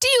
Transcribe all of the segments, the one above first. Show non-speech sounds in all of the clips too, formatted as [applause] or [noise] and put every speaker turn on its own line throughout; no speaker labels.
Do you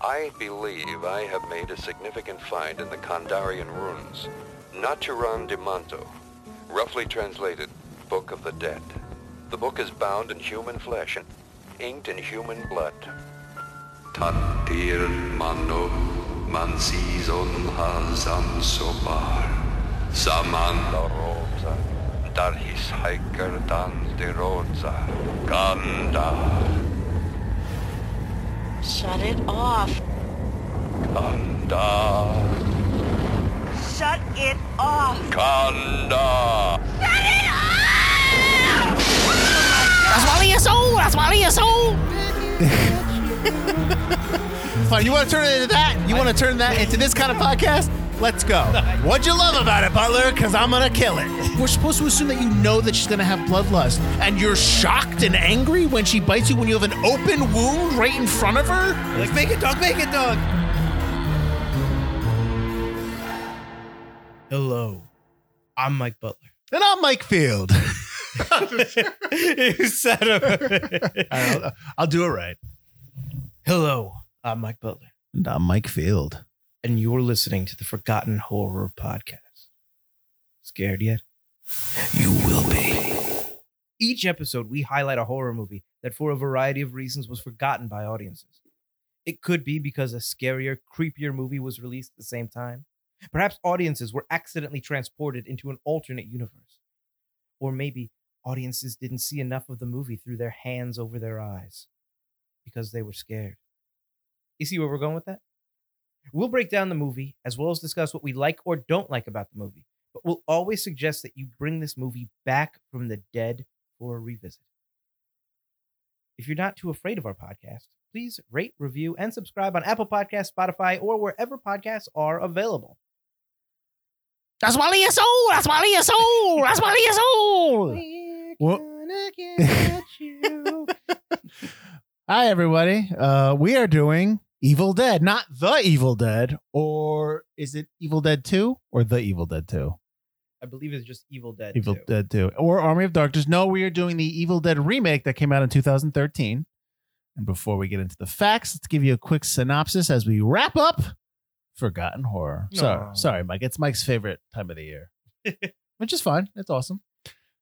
I believe I have made a significant find in the Kandarian runes. Naturan de Manto, roughly translated, Book of the Dead. The book is bound in human flesh and inked in human blood. Tatir mano mansis on hazan sobar. Saman roza darhis hiker dan de roza. Gandar.
Shut it off.
Gandar.
Shut it off.
Kanda.
Fine, Oh, you want to turn it into that? You want to turn that into this kind of podcast? Let's go. What'd you love about it, Butler? Because I'm going to kill it. We're supposed to assume that you know that she's going to have bloodlust, and you're shocked and angry when she bites you when you have an open wound right in front of her?
Like, make it, dog, make it, dog. Hello, I'm Mike Butler.
And I'm Mike [laughs] Field.
you said it.
I'll, I'll do it right.
Hello, I'm Mike Butler,
And I'm Mike Field.
and you're listening to the Forgotten Horror Podcast. Scared yet? You will be. Each episode, we highlight a horror movie that, for a variety of reasons, was forgotten by audiences. It could be because a scarier, creepier movie was released at the same time. Perhaps audiences were accidentally transported into an alternate universe. Or maybe audiences didn't see enough of the movie through their hands over their eyes because they were scared. You see where we're going with that? We'll break down the movie as well as discuss what we like or don't like about the movie, but we'll always suggest that you bring this movie back from the dead for a revisit. If you're not too afraid of our podcast, please rate, review, and subscribe on Apple Podcasts, Spotify, or wherever podcasts are available.
That's Wally your soul. That's Wally your soul. That's Wally your soul. Wha- [laughs] Hi, everybody. Uh, we are doing Evil Dead, not The Evil Dead, or is it Evil Dead 2 or The Evil Dead 2?
I believe it's just Evil Dead.
Evil
2.
Dead 2 or Army of Darkness. No, we are doing the Evil Dead remake that came out in 2013. And before we get into the facts, let's give you a quick synopsis as we wrap up Forgotten Horror.
Aw.
Sorry, sorry, Mike. It's Mike's favorite time of
[laughs]
the year, which is fine. It's awesome.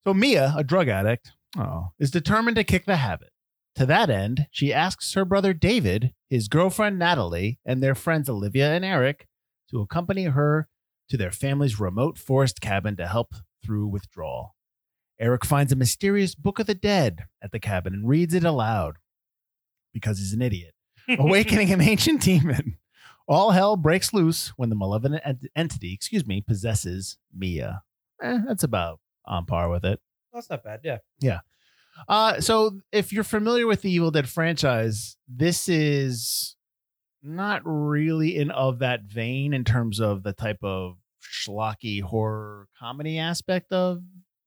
So Mia, a drug addict, oh, is determined to kick the habit. To that end, she asks her brother David, his girlfriend Natalie, and their friends Olivia and Eric to accompany her to their family's remote forest cabin to help through withdrawal. Eric finds a mysterious Book of the Dead at the cabin and reads it aloud because he's an idiot, awakening an ancient demon. All hell breaks loose when the malevolent ent- entity, excuse me, possesses Mia. Eh, that's about on par with it.
That's not bad. Yeah.
Uh, so if you're familiar with the Evil Dead franchise, this is not really in of that vein in terms of the type of schlocky horror comedy aspect of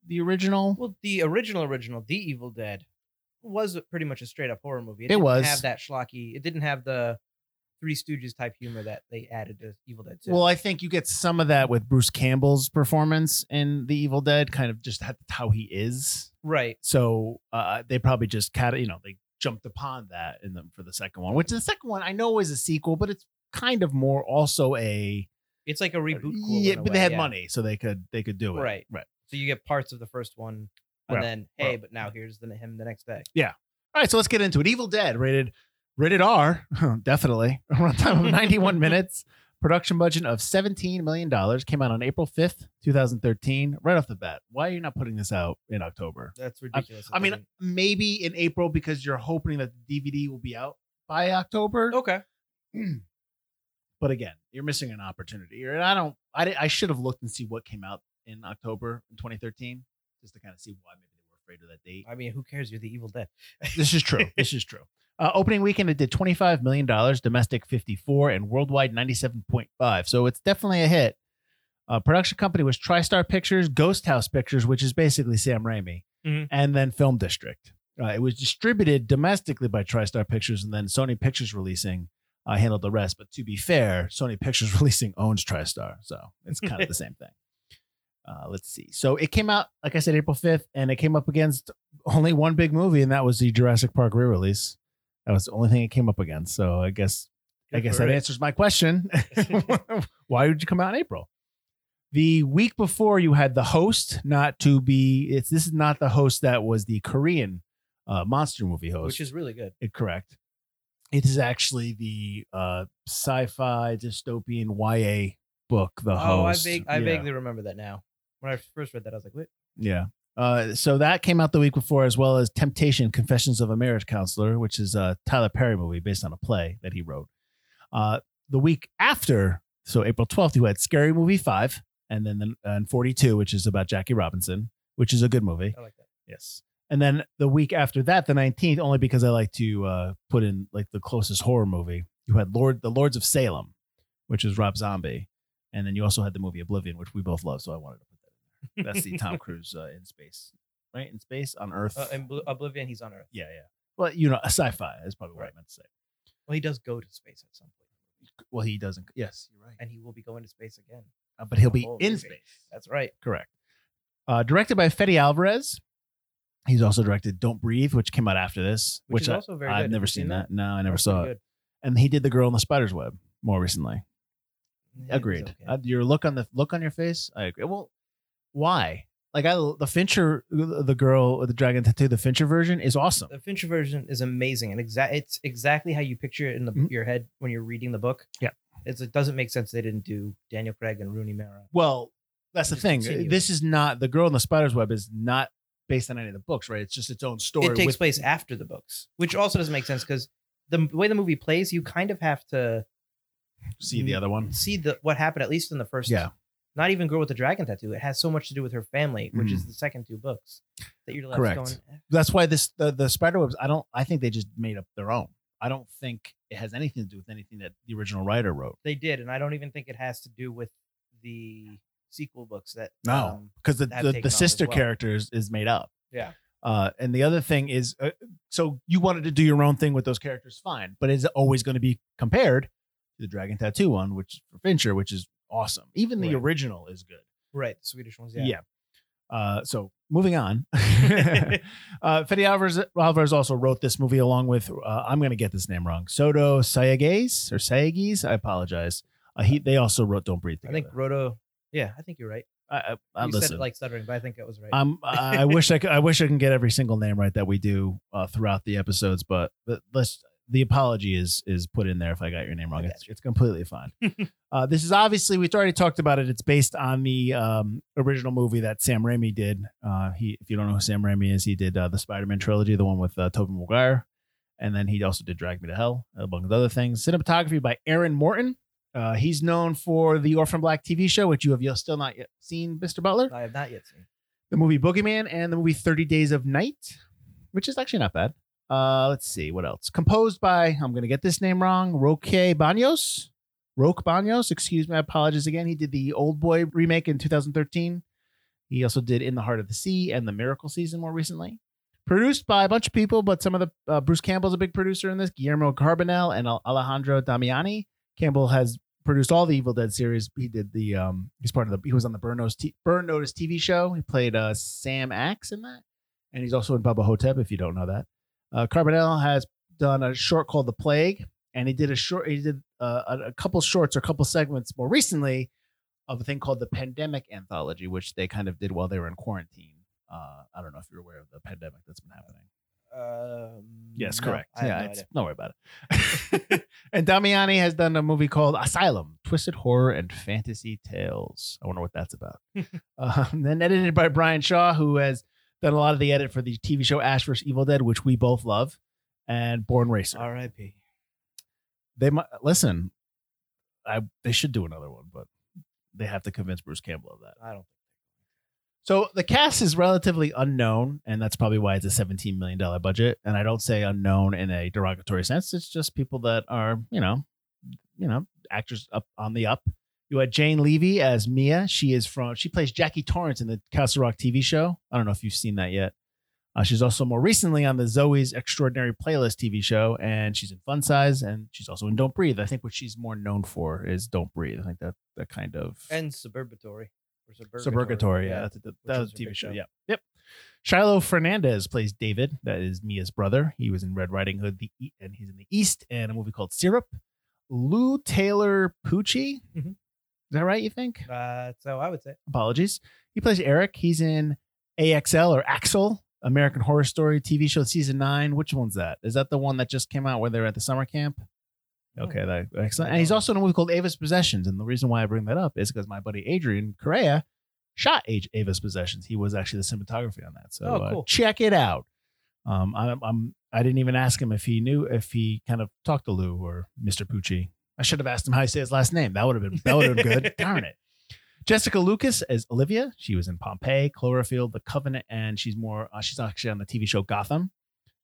the original.
Well, the original, original, The Evil Dead was pretty much a straight up horror movie.
It
didn't
was.
have that schlocky. It didn't have the Three Stooges type humor that they added to Evil Dead 2.
Well, I think you get some of that with Bruce Campbell's performance in The Evil Dead, kind of just how he is.
right.
So uh, they probably just cat, you know, they jumped upon that in them for the second one, which the second one I know is a sequel, but it's kind of more also a
It's like a reboot. Cool
Uh, yeah,
in a
but they
way,
had
yeah.
money, so they could they could do it.
Right.
right,
So you get parts of the first one, and
Right,
then hey,
right.
but now here's the him the next day.
All right, so let's get into it. Evil Dead, rated Rated R, [laughs] definitely. Runtime
[laughs]
of 91 minutes. Production budget of $17 million. Came out on April 5th, 2013. Right off the bat, why are you not putting this out in October?
That's ridiculous.
I mean, maybe in April because you're hoping that the DVD will be out by October.
okay.
[clears throat] But again, you're missing an opportunity. And I don't, I, di- I should have looked and see what came out in October in 2013 just to kind of see why maybe they were afraid of that date.
I mean, who cares? You're the Evil Dead.
This is true. This is true. Uh, opening weekend, it did $25 million, domestic 54 and worldwide 97.5. So it's definitely a hit. Uh, production company was TriStar Pictures, Ghost House Pictures, which is basically Sam Raimi,
Mhm.
and then Film District. Uh, it was distributed domestically by TriStar Pictures, and then Sony Pictures Releasing uh, handled the rest. But to be fair, Sony Pictures [laughs] Releasing owns TriStar, so it's kind of the same thing. Uh, let's see. So it came out, like I said, April 5th, and it came up against only one big movie, and that was the Jurassic Park re release. That was the only thing it came up against. So I guess I
Good
guess
for
that
it.
answers my
[laughs]
question. [laughs] Why would you come out in April? The week before you had the host, not to be it's this is not the host that was the Korean uh, monster movie host,
Which is really good.
it- correct. It is actually the uh, sci-fi dystopian YA book, The
oh, I,
Host.
vague, I
Yeah.
vaguely remember that now. When I first read that, I was like, what?
Yeah. Uh, so that came out the week before, as well as Temptation Confessions of a Marriage Counselor, which is a Tyler Perry movie based on a play that he wrote. Uh, the week after, so April 12th, you had Scary Movie 5 and then the, and 42, which is about Jackie Robinson, which is a good movie.
I like that.
Yes. And then the week after that, the 19th, only because I like to uh, put in like the closest horror movie, you had Lord the Lords of Salem, which is Rob Zombie. And then you also had the movie Oblivion, which we both love. So I wanted to put that in there. That's
[laughs]
the Tom Cruise uh, in space, right? In space, on Earth.
Uh, in Bl- Oblivion, he's on Earth.
yeah, yeah. Well, you know, sci fi is probably what I meant to say.
Well, he does go to space at some point,
Well, he doesn't. Yes, you're right.
and he will be going to space again.
Uh, but he'll be
whole
in
movie.
space.
That's right.
Correct. Uh, directed by Fede Alvarez. He's also directed Don't Breathe, which came out after this,
Which,
which,
is
I,
also very good.
I've
Have
never
you
seen, that. No, I never
That's
saw
pretty
it. And he did The Girl in the Spider's Web more recently.
good. Yeah, it was
Agreed.
okay.
Uh, your look on the look on your face, I agree. Well, why? Like I, the Fincher, the girl, with the dragon tattoo, the Fincher version is awesome.
the Fincher version is amazing and exact. It's exactly how you picture it in the,
Mhm.
your head when you're reading the book.
Yeah.
it's, it doesn't make sense they didn't do Daniel Craig and Rooney Mara.
Well, that's the
Just
thing. uh,
continue.
This is not the girl in the spider's web is not based on any of the books, right? It's just its own story.
It takes
with-
place after the books, which also doesn't make sense because the m- way the movie plays, you kind of have to
See the other one.
see the what happened at least in the first.
Yeah.
Not even Girl with the Dragon Tattoo. It has so much to do with her family, which is
Mhm.
the second two books that you're left
Correct.
going. eh.
That's why this the, the spider webs. I don't. I think they just made up their own. I don't think it has anything to do with anything that the original writer wrote.
They did, and I don't even think it has to do with the sequel books that um,
because
that
the, the,
taken
the
off as
sister
well.
character is, is made up.
Yeah.
Uh, and the other thing is, uh, so you wanted to do your own thing with those characters, fine, but it's always going to be compared to the Dragon Tattoo one, which is for Fincher, which is awesome. Even the
Right.
original is good.
right the Swedish ones. Yeah.
Yeah. Uh, so moving
[laughs]
on, [laughs] uh, Fede Alvarez, Alvarez also wrote this movie along with uh, I'm going to get this name wrong, Soto Sayages or Sayages. I apologize. Uh, he they also wrote Don't Breathe.
I think
Together.
Roto. Yeah, I think you're right.
I, I, I
you said
listen.
it like stuttering, but I think it was right.
Um, I I wish I could, I wish I can get every single name right that we do uh, throughout the episodes, but th- let's the apology is is put in there if I got your name wrong.
I got
It's, it's completely fine. uh, this is obviously we've already talked about it. It's based on the um, original movie that Sam Raimi did. Uh, he, if you don't know who Sam Raimi is, he did uh, the Spider Man trilogy, the one with uh, Tobey Maguire, and then he also did Drag Me to Hell, among other things. Cinematography by Aaron Morton. Uh, he's known for the Orphan Black TV show, which you have yet- still not yet seen, Mr. Butler
I have not yet seen.
the movie Boogeyman and the movie 30 Days of Night, which is actually not bad. Uh, let's see what else. Composed by, I'm going to get this name wrong, Roque Banos. Roque Banos, excuse my apologies again. He did the Old Boy remake in 2013. He also did In the Heart of the Sea and The Miracle Season more recently. Produced by a bunch of people, but some of the uh, Bruce Campbell's a big producer in this. Guillermo Carbonell and Al- Alejandro Damiani. Campbell has produced all the Evil Dead series. He did the um he's part of the he was on the Burn Notice, t- Burn Notice TV show. He played uh Sam Axe in that. And he's also in Bubba Hotep if you don't know that. Uh Carbonell has done a short called The Plague and he did a short he did uh, a, a couple shorts or a couple segments more recently of a thing called the Pandemic Anthology which they kind of did while they were in quarantine. Uh I don't know if you're aware of the pandemic that's been happening.
Um,
Yes,
no,
correct.
I have
yeah,
no
it's-
idea.
don't worry about it. [laughs] and Damiani has done a movie called Asylum: Twisted Horror and Fantasy Tales. I wonder what that's about. um, then edited by Brian Shaw, who has done a lot of the edit for the TV show Ash vs. Evil Dead, which we both love, and Born Racer.
R.I.P.
They might listen. I they should do another one, but they have to convince Bruce Campbell of that.
I don't.
So the cast is relatively unknown, and that's probably why it's a seventeen million dollar budget. And I don't say unknown in a derogatory sense. It's just people that are, you know, you know, actors up on the up. You had Jane Levy as Mia. She is from. She plays Jackie Torrance in the Castle Rock TV show. I don't know if you've seen that yet. Uh, she's also more recently on the Zoe's Extraordinary Playlist TV show, and she's in Fun Size, and she's also in Don't Breathe. I think what she's more known for is Don't Breathe. I think that that kind of
And Suburbatory. Or Suburgatory.
Suburgatory. Yeah, that's a, that was
is
a
a
TV
big
show.
show.
Yeah. Yep. Shiloh Fernandez plays David. That is Mia's brother. He was in Red Riding Hood, the E- and he's in the East, and a movie called Syrup. Lou Taylor Pucci.
Mhm.
Is that right? You think?
Uh, so I would say.
Apologies. He plays Eric. He's in AXL or Axel, American Horror Story TV show season nine. Which one's that? Is that the one that just came out where they're at the summer camp?
Oh.
Okay, that, excellent. And he's also in a movie called Ava's Possessions. And the reason why I bring that up is because my buddy Adrian Correa shot A- Ava's Possessions. He was actually the cinematography on that. So
Oh,
uh,
cool.
check it out. Um, I'm, I'm, I didn't even ask him if he knew if he kind of talked to Lou or Mr. Pucci. I should have asked him how he say his last name. That would have been that would have been good. Darn it. Jessica Lucas as Olivia. She was in Pompeii, Cloverfield, The Covenant, and she's more. Uh, she's actually on the TV show Gotham.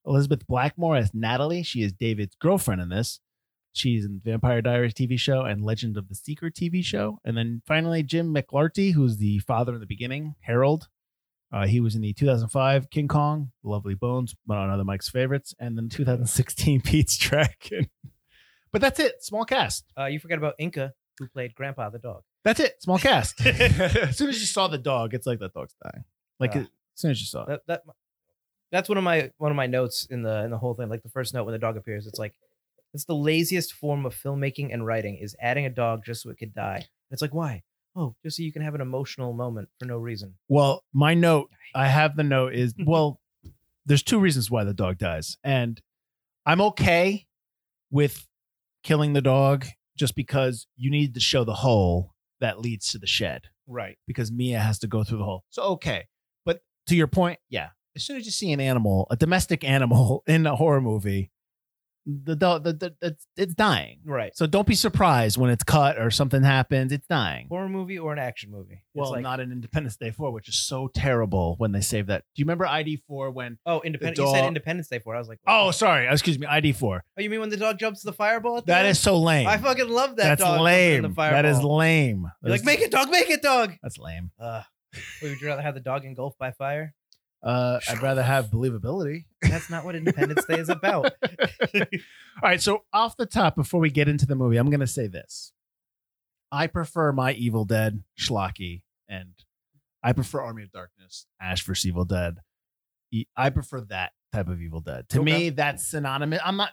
Elizabeth Blackmore as Natalie. She is David's girlfriend in this. She's in Vampire Diaries TV show and Legend of the Secret TV show. And then finally, Jim McLarty, who's the father in the beginning, Harold. Uh, he was in the 2005 King Kong, Lovely Bones, one of another Mike's favorites, and then [laughs] 2016 Pete's Dragon. but that's it. Small cast.
Uh, you forgot about Inca, who played Grandpa the dog.
That's it. Small cast. as soon as you saw the dog, it's like that dog's dying. Like
Ah.
as soon as you saw it.
That, that that's one of my one of my notes in the in the whole thing. Like the first note when the dog appears, it's like it's the laziest form of filmmaking and writing is adding a dog just so it could die. It's like why? Oh, just so you can have an emotional moment for no reason.
Well, my note, I have the note is well, there's two reasons why the dog dies, and I'm okay with killing the dog just because you need to show the hole that leads to the shed.
Right.
because Mia has to go through the hole. So okay, but to your point, yeah. As soon as you see an animal, a domestic animal [laughs] in a horror movie, the dog, the, the, it's, it's dying.
Right.
So don't be surprised when it's cut or something happens. It's dying.
Horror movie or an action movie? It's
Well,
like,
not in Independence Day four, which is so terrible when they save that. Do you remember ID four when?
Oh, Independence. You said
dog-
Independence Day for. it. I was like,
Oh, sorry, excuse me, ID four.
oh, you mean when the dog jumps the fireball? At the
That
end?
is so lame.
I fucking love that.
That's
dog jumping in
lame.
The fireball.
That is lame.
You're like,
That's-
make it, dog, make it, dog.
That's lame.
Uh, would you rather have the dog engulfed by fire?
Uh, I'd rather have believability.
That's not what Independence Day
[laughs]
is about.
All right, so off the top, before we get into the movie, I'm going to say this: I prefer my Evil Dead schlocky, and I prefer Army of Darkness, Ash vs Evil Dead. E- I prefer that type of Evil Dead. To me,
Okay.
that's synonymous. I'm not.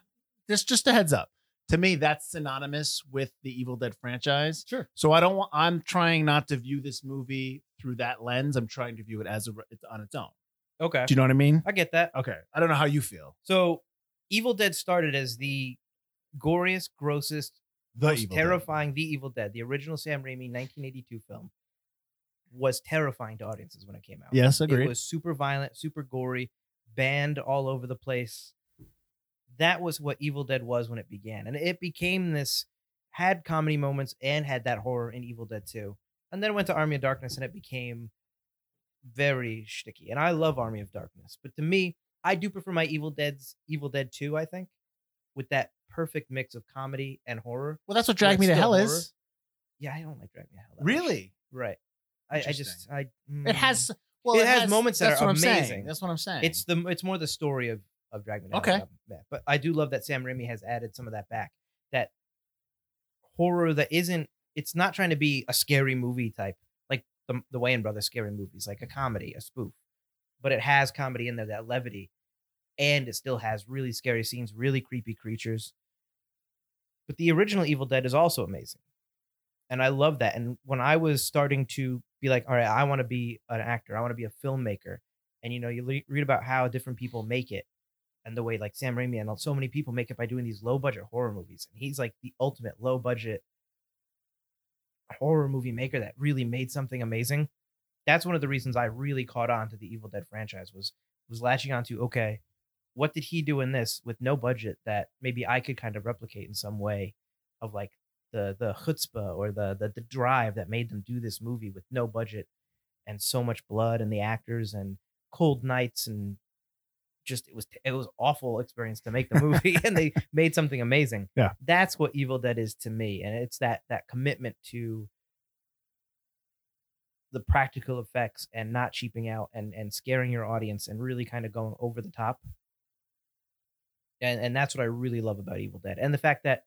Just just a heads up. To me, that's synonymous with the Evil Dead franchise.
Sure.
So I don't want. I'm trying not to view this movie through that lens. I'm trying to view it as a, it's on its own.
[laughs] Okay,
Do you know what I mean?
I get that.
Okay. I don't know how you feel.
So, Evil Dead started as the goriest, grossest,
The
most
Evil Dead.
terrifying The Evil Dead. The original Sam Raimi 1982 film was terrifying to audiences when it came out.
Yes,
It
agreed.
was super violent, super gory, banned all over the place. That was what Evil Dead was when it began. And it became this, had comedy moments and had that horror in Evil Dead 2. And then it went to Army of Darkness and it became very shticky. And I love Army of Darkness. But to me, I do prefer my Evil Dead's Evil Dead 2, I think, with that perfect mix of comedy and horror.
well, that's what
where
Drag
it's
Me to
still
Hell
horror.
is.
Yeah, I don't like Drag Me to Hell. that much.
Really?
Right. I, I just,
Interesting.
I.
It
mm.
has well,
It has moments that
that's
are
what I'm saying.
amazing.
That's what I'm saying.
It's the it's more the story of of Dragon. Ball
Okay.
than that. but I do love that Sam Raimi has added some of that back. That horror that isn't it's not trying to be a scary movie type like the the Wayne Brothers scary movies, like a comedy, a spoof, but it has comedy in there, that levity, and it still has really scary scenes, really creepy creatures. But the original Evil Dead is also amazing. And I love that. And when I was starting to be like, all right, I want to be an actor, I want to be a filmmaker, and you know you le- read about how different people make it and the way like Sam Raimi and so many people make it by doing these low budget horror movies. And he's like the ultimate low budget horror movie maker that really made something amazing. That's one of the reasons I really caught on to the Evil Dead franchise was was latching onto okay, what did he do in this with no budget that maybe I could kind of replicate in some way of like the the chutzpah or the the, the drive that made them do this movie with no budget and so much blood and the actors and cold nights and just it was it was awful experience to make the movie
[laughs]
and they made something amazing.
Yeah.
That's what Evil Dead is to me and it's that that commitment to the practical effects and not cheaping out and and scaring your audience and really kind of going over the top. And and that's what I really love about Evil Dead and the fact that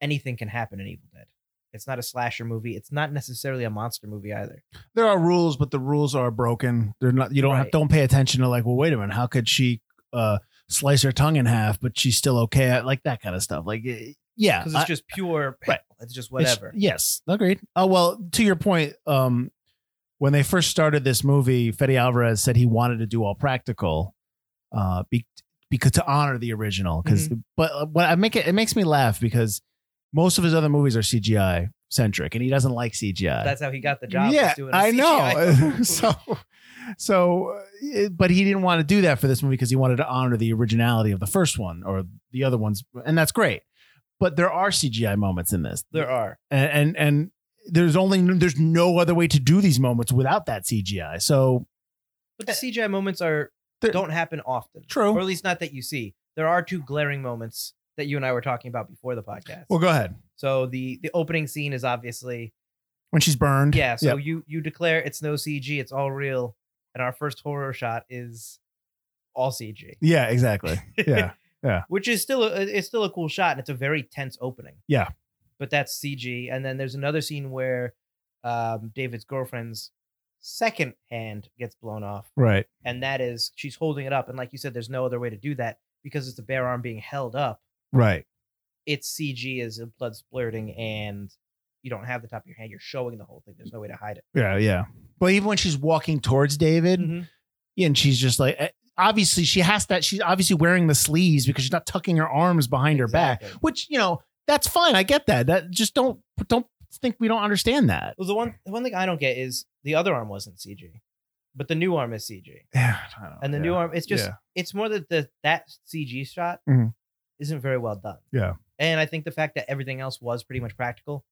anything can happen in Evil Dead. It's not a slasher movie. It's not necessarily a monster movie either.
There are rules, but the rules are broken. They're not. You don't have,
Right.
don't pay attention to like. Well, wait a minute. How could she uh, slice her tongue in half, but she's still okay? Like that kind of stuff. Like, eh, yeah,
Because
I-
it's just pure.
Right.
It's just
It's-
whatever.
yes, agreed. Oh well, to your point, um, when they first started this movie, Fede Alvarez said he wanted to do all practical, uh, be, because to honor the original. Because,
Mm-hmm.
but uh, what I make it, it makes me laugh because most of his other movies are CGI centric, and he doesn't like CGI.
That's how he got the job. was
Uh, Yeah,
doing a
I know. [laughs]
CGI.
so, so, uh, it- but he didn't want to do that for this movie because he wanted to honor the originality of the first one or the other ones, and that's great. But there are CGI moments in this.
there are.
and and, and there's only there's no other way to do these moments without that CGI. So
But the CGI moments
Eh.
are
They're-
don't happen often.
True.
Or at least not that you see. There are two glaring moments that you and I were talking about before the podcast.
go ahead.
so the the opening scene is obviously
When she's burned,
yeah. So
Yep.
you you declare it's no CG, it's all real, and our first horror shot is all CG,
yeah,
[laughs]
exactly. Yeah,
which is still a, it's still a cool shot and it's a very tense opening.
Yeah.
But that's CG, and then there's another scene where um, David's girlfriend's second hand gets blown off.
right.
and that is she's holding it up and like you said there's no other way to do that because it's a bare arm being held up
Right.
it's cg is blood splurting and you don't have the top of your hand you're showing the whole thing there's no way to hide it
Yeah. Yeah. But even when she's walking towards David,
Mm-hmm.
and she's just like eh, obviously she has that she's obviously wearing the sleeves because she's not tucking her arms behind her
Exactly.
back which you know that's fine i get that that just don't don't think we don't understand that
well the one the one thing i don't get is the other arm wasn't cg but the new arm is cg
yeah
and the new arm it's just it's more that the that cg shot
Mhm.
isn't very well done
Yeah.
and i think the fact that everything else was pretty much practical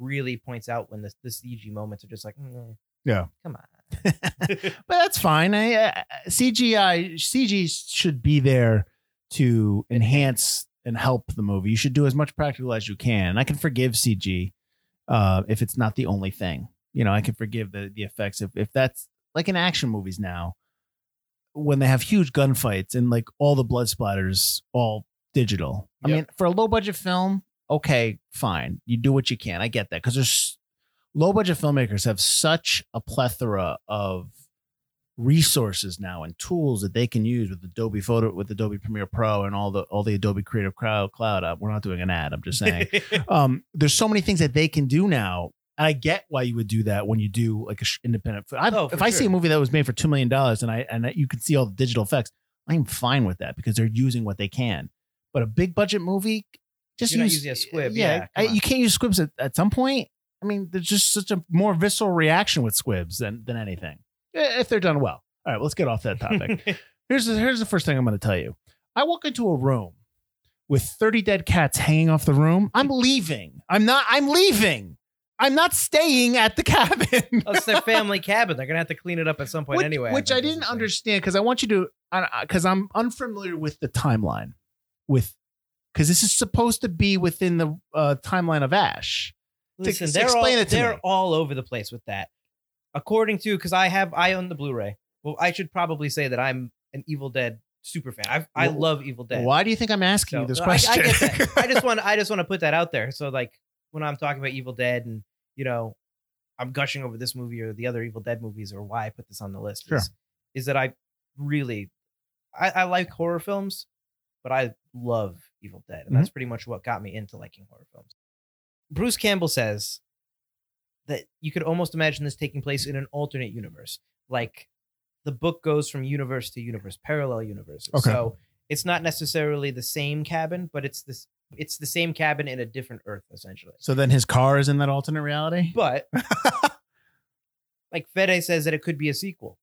really points out when the, the cg moments are just like mm,
Yeah.
come on
[laughs] but that's fine I, uh, cgi cg should be there to enhance and help the movie you should do as much practical as you can and i can forgive cg uh, if it's not the only thing you know i can forgive the, the effects if, if that's like in action movies now when they have huge gunfights and like all the blood splatters all digital i
Yep.
mean for a low budget film okay fine you do what you can i get that because there's low budget filmmakers have such a plethora of resources now and tools that they can use with Adobe Photo with Adobe Premiere Pro and all the all the Adobe Creative Cloud cloud uh, We're not doing an ad, I'm
[laughs]
just saying. um there's so many things that they can do now. And I get why you would do that when you do like an independent fi- I,
Oh, for
if I see
sure.
a movie that was made for 2 million dollars and I and you can see all the digital effects, I'm fine with that because they're using what they can. But a big budget movie just
You're not
use,
using a squib. Yeah, come
I-
on.
you can't use squibs at, at some point. I mean, there's just such a more visceral reaction with squibs than than anything eh, if they're done well. All right, let's get off that [laughs]
[laughs]
topic. here's the, here's the first thing I'm going to tell you. I walk into a room with 30 dead cats hanging off the room. I'm leaving. I'm not. I'm leaving. I'm not staying at the [laughs] cabin.
Well, it's their family cabin. They're gonna have to clean it up at some
[laughs]
point
which,
anyway.
Which I
think is
didn't
the thing.
understand because I want you to, because I'm unfamiliar with the timeline, with because this is supposed to be within the uh, timeline of Ash.
Listen,
to
they're
explain
all,
it to
they're
me.
all over the place with that. According to, because I have, I own the Blu-ray. Well, I should probably say that I'm an Evil Dead super fan. I I
Well,
love Evil Dead.
Why do you think I'm asking
So-
you this
no, I- I
question?
get that. I just want I just want to put that out there. So like when I'm talking about Evil Dead and you know I'm gushing over this movie or the other Evil Dead movies or why I put this on the list
Sure.
is, is that I really I, I like horror films, but I love Evil Dead,
Mm-hmm.
and that's pretty much what got me into liking horror films. Bruce Campbell says that you could almost imagine this taking place in an alternate universe, like the book goes from universe to universe, parallel universes.
Okay.
So It's not necessarily the same cabin, but it's this it's the same cabin in a different earth essentially.
[laughs] So then his car is in that alternate reality? [laughs]
But like Fede says that it could be a sequel.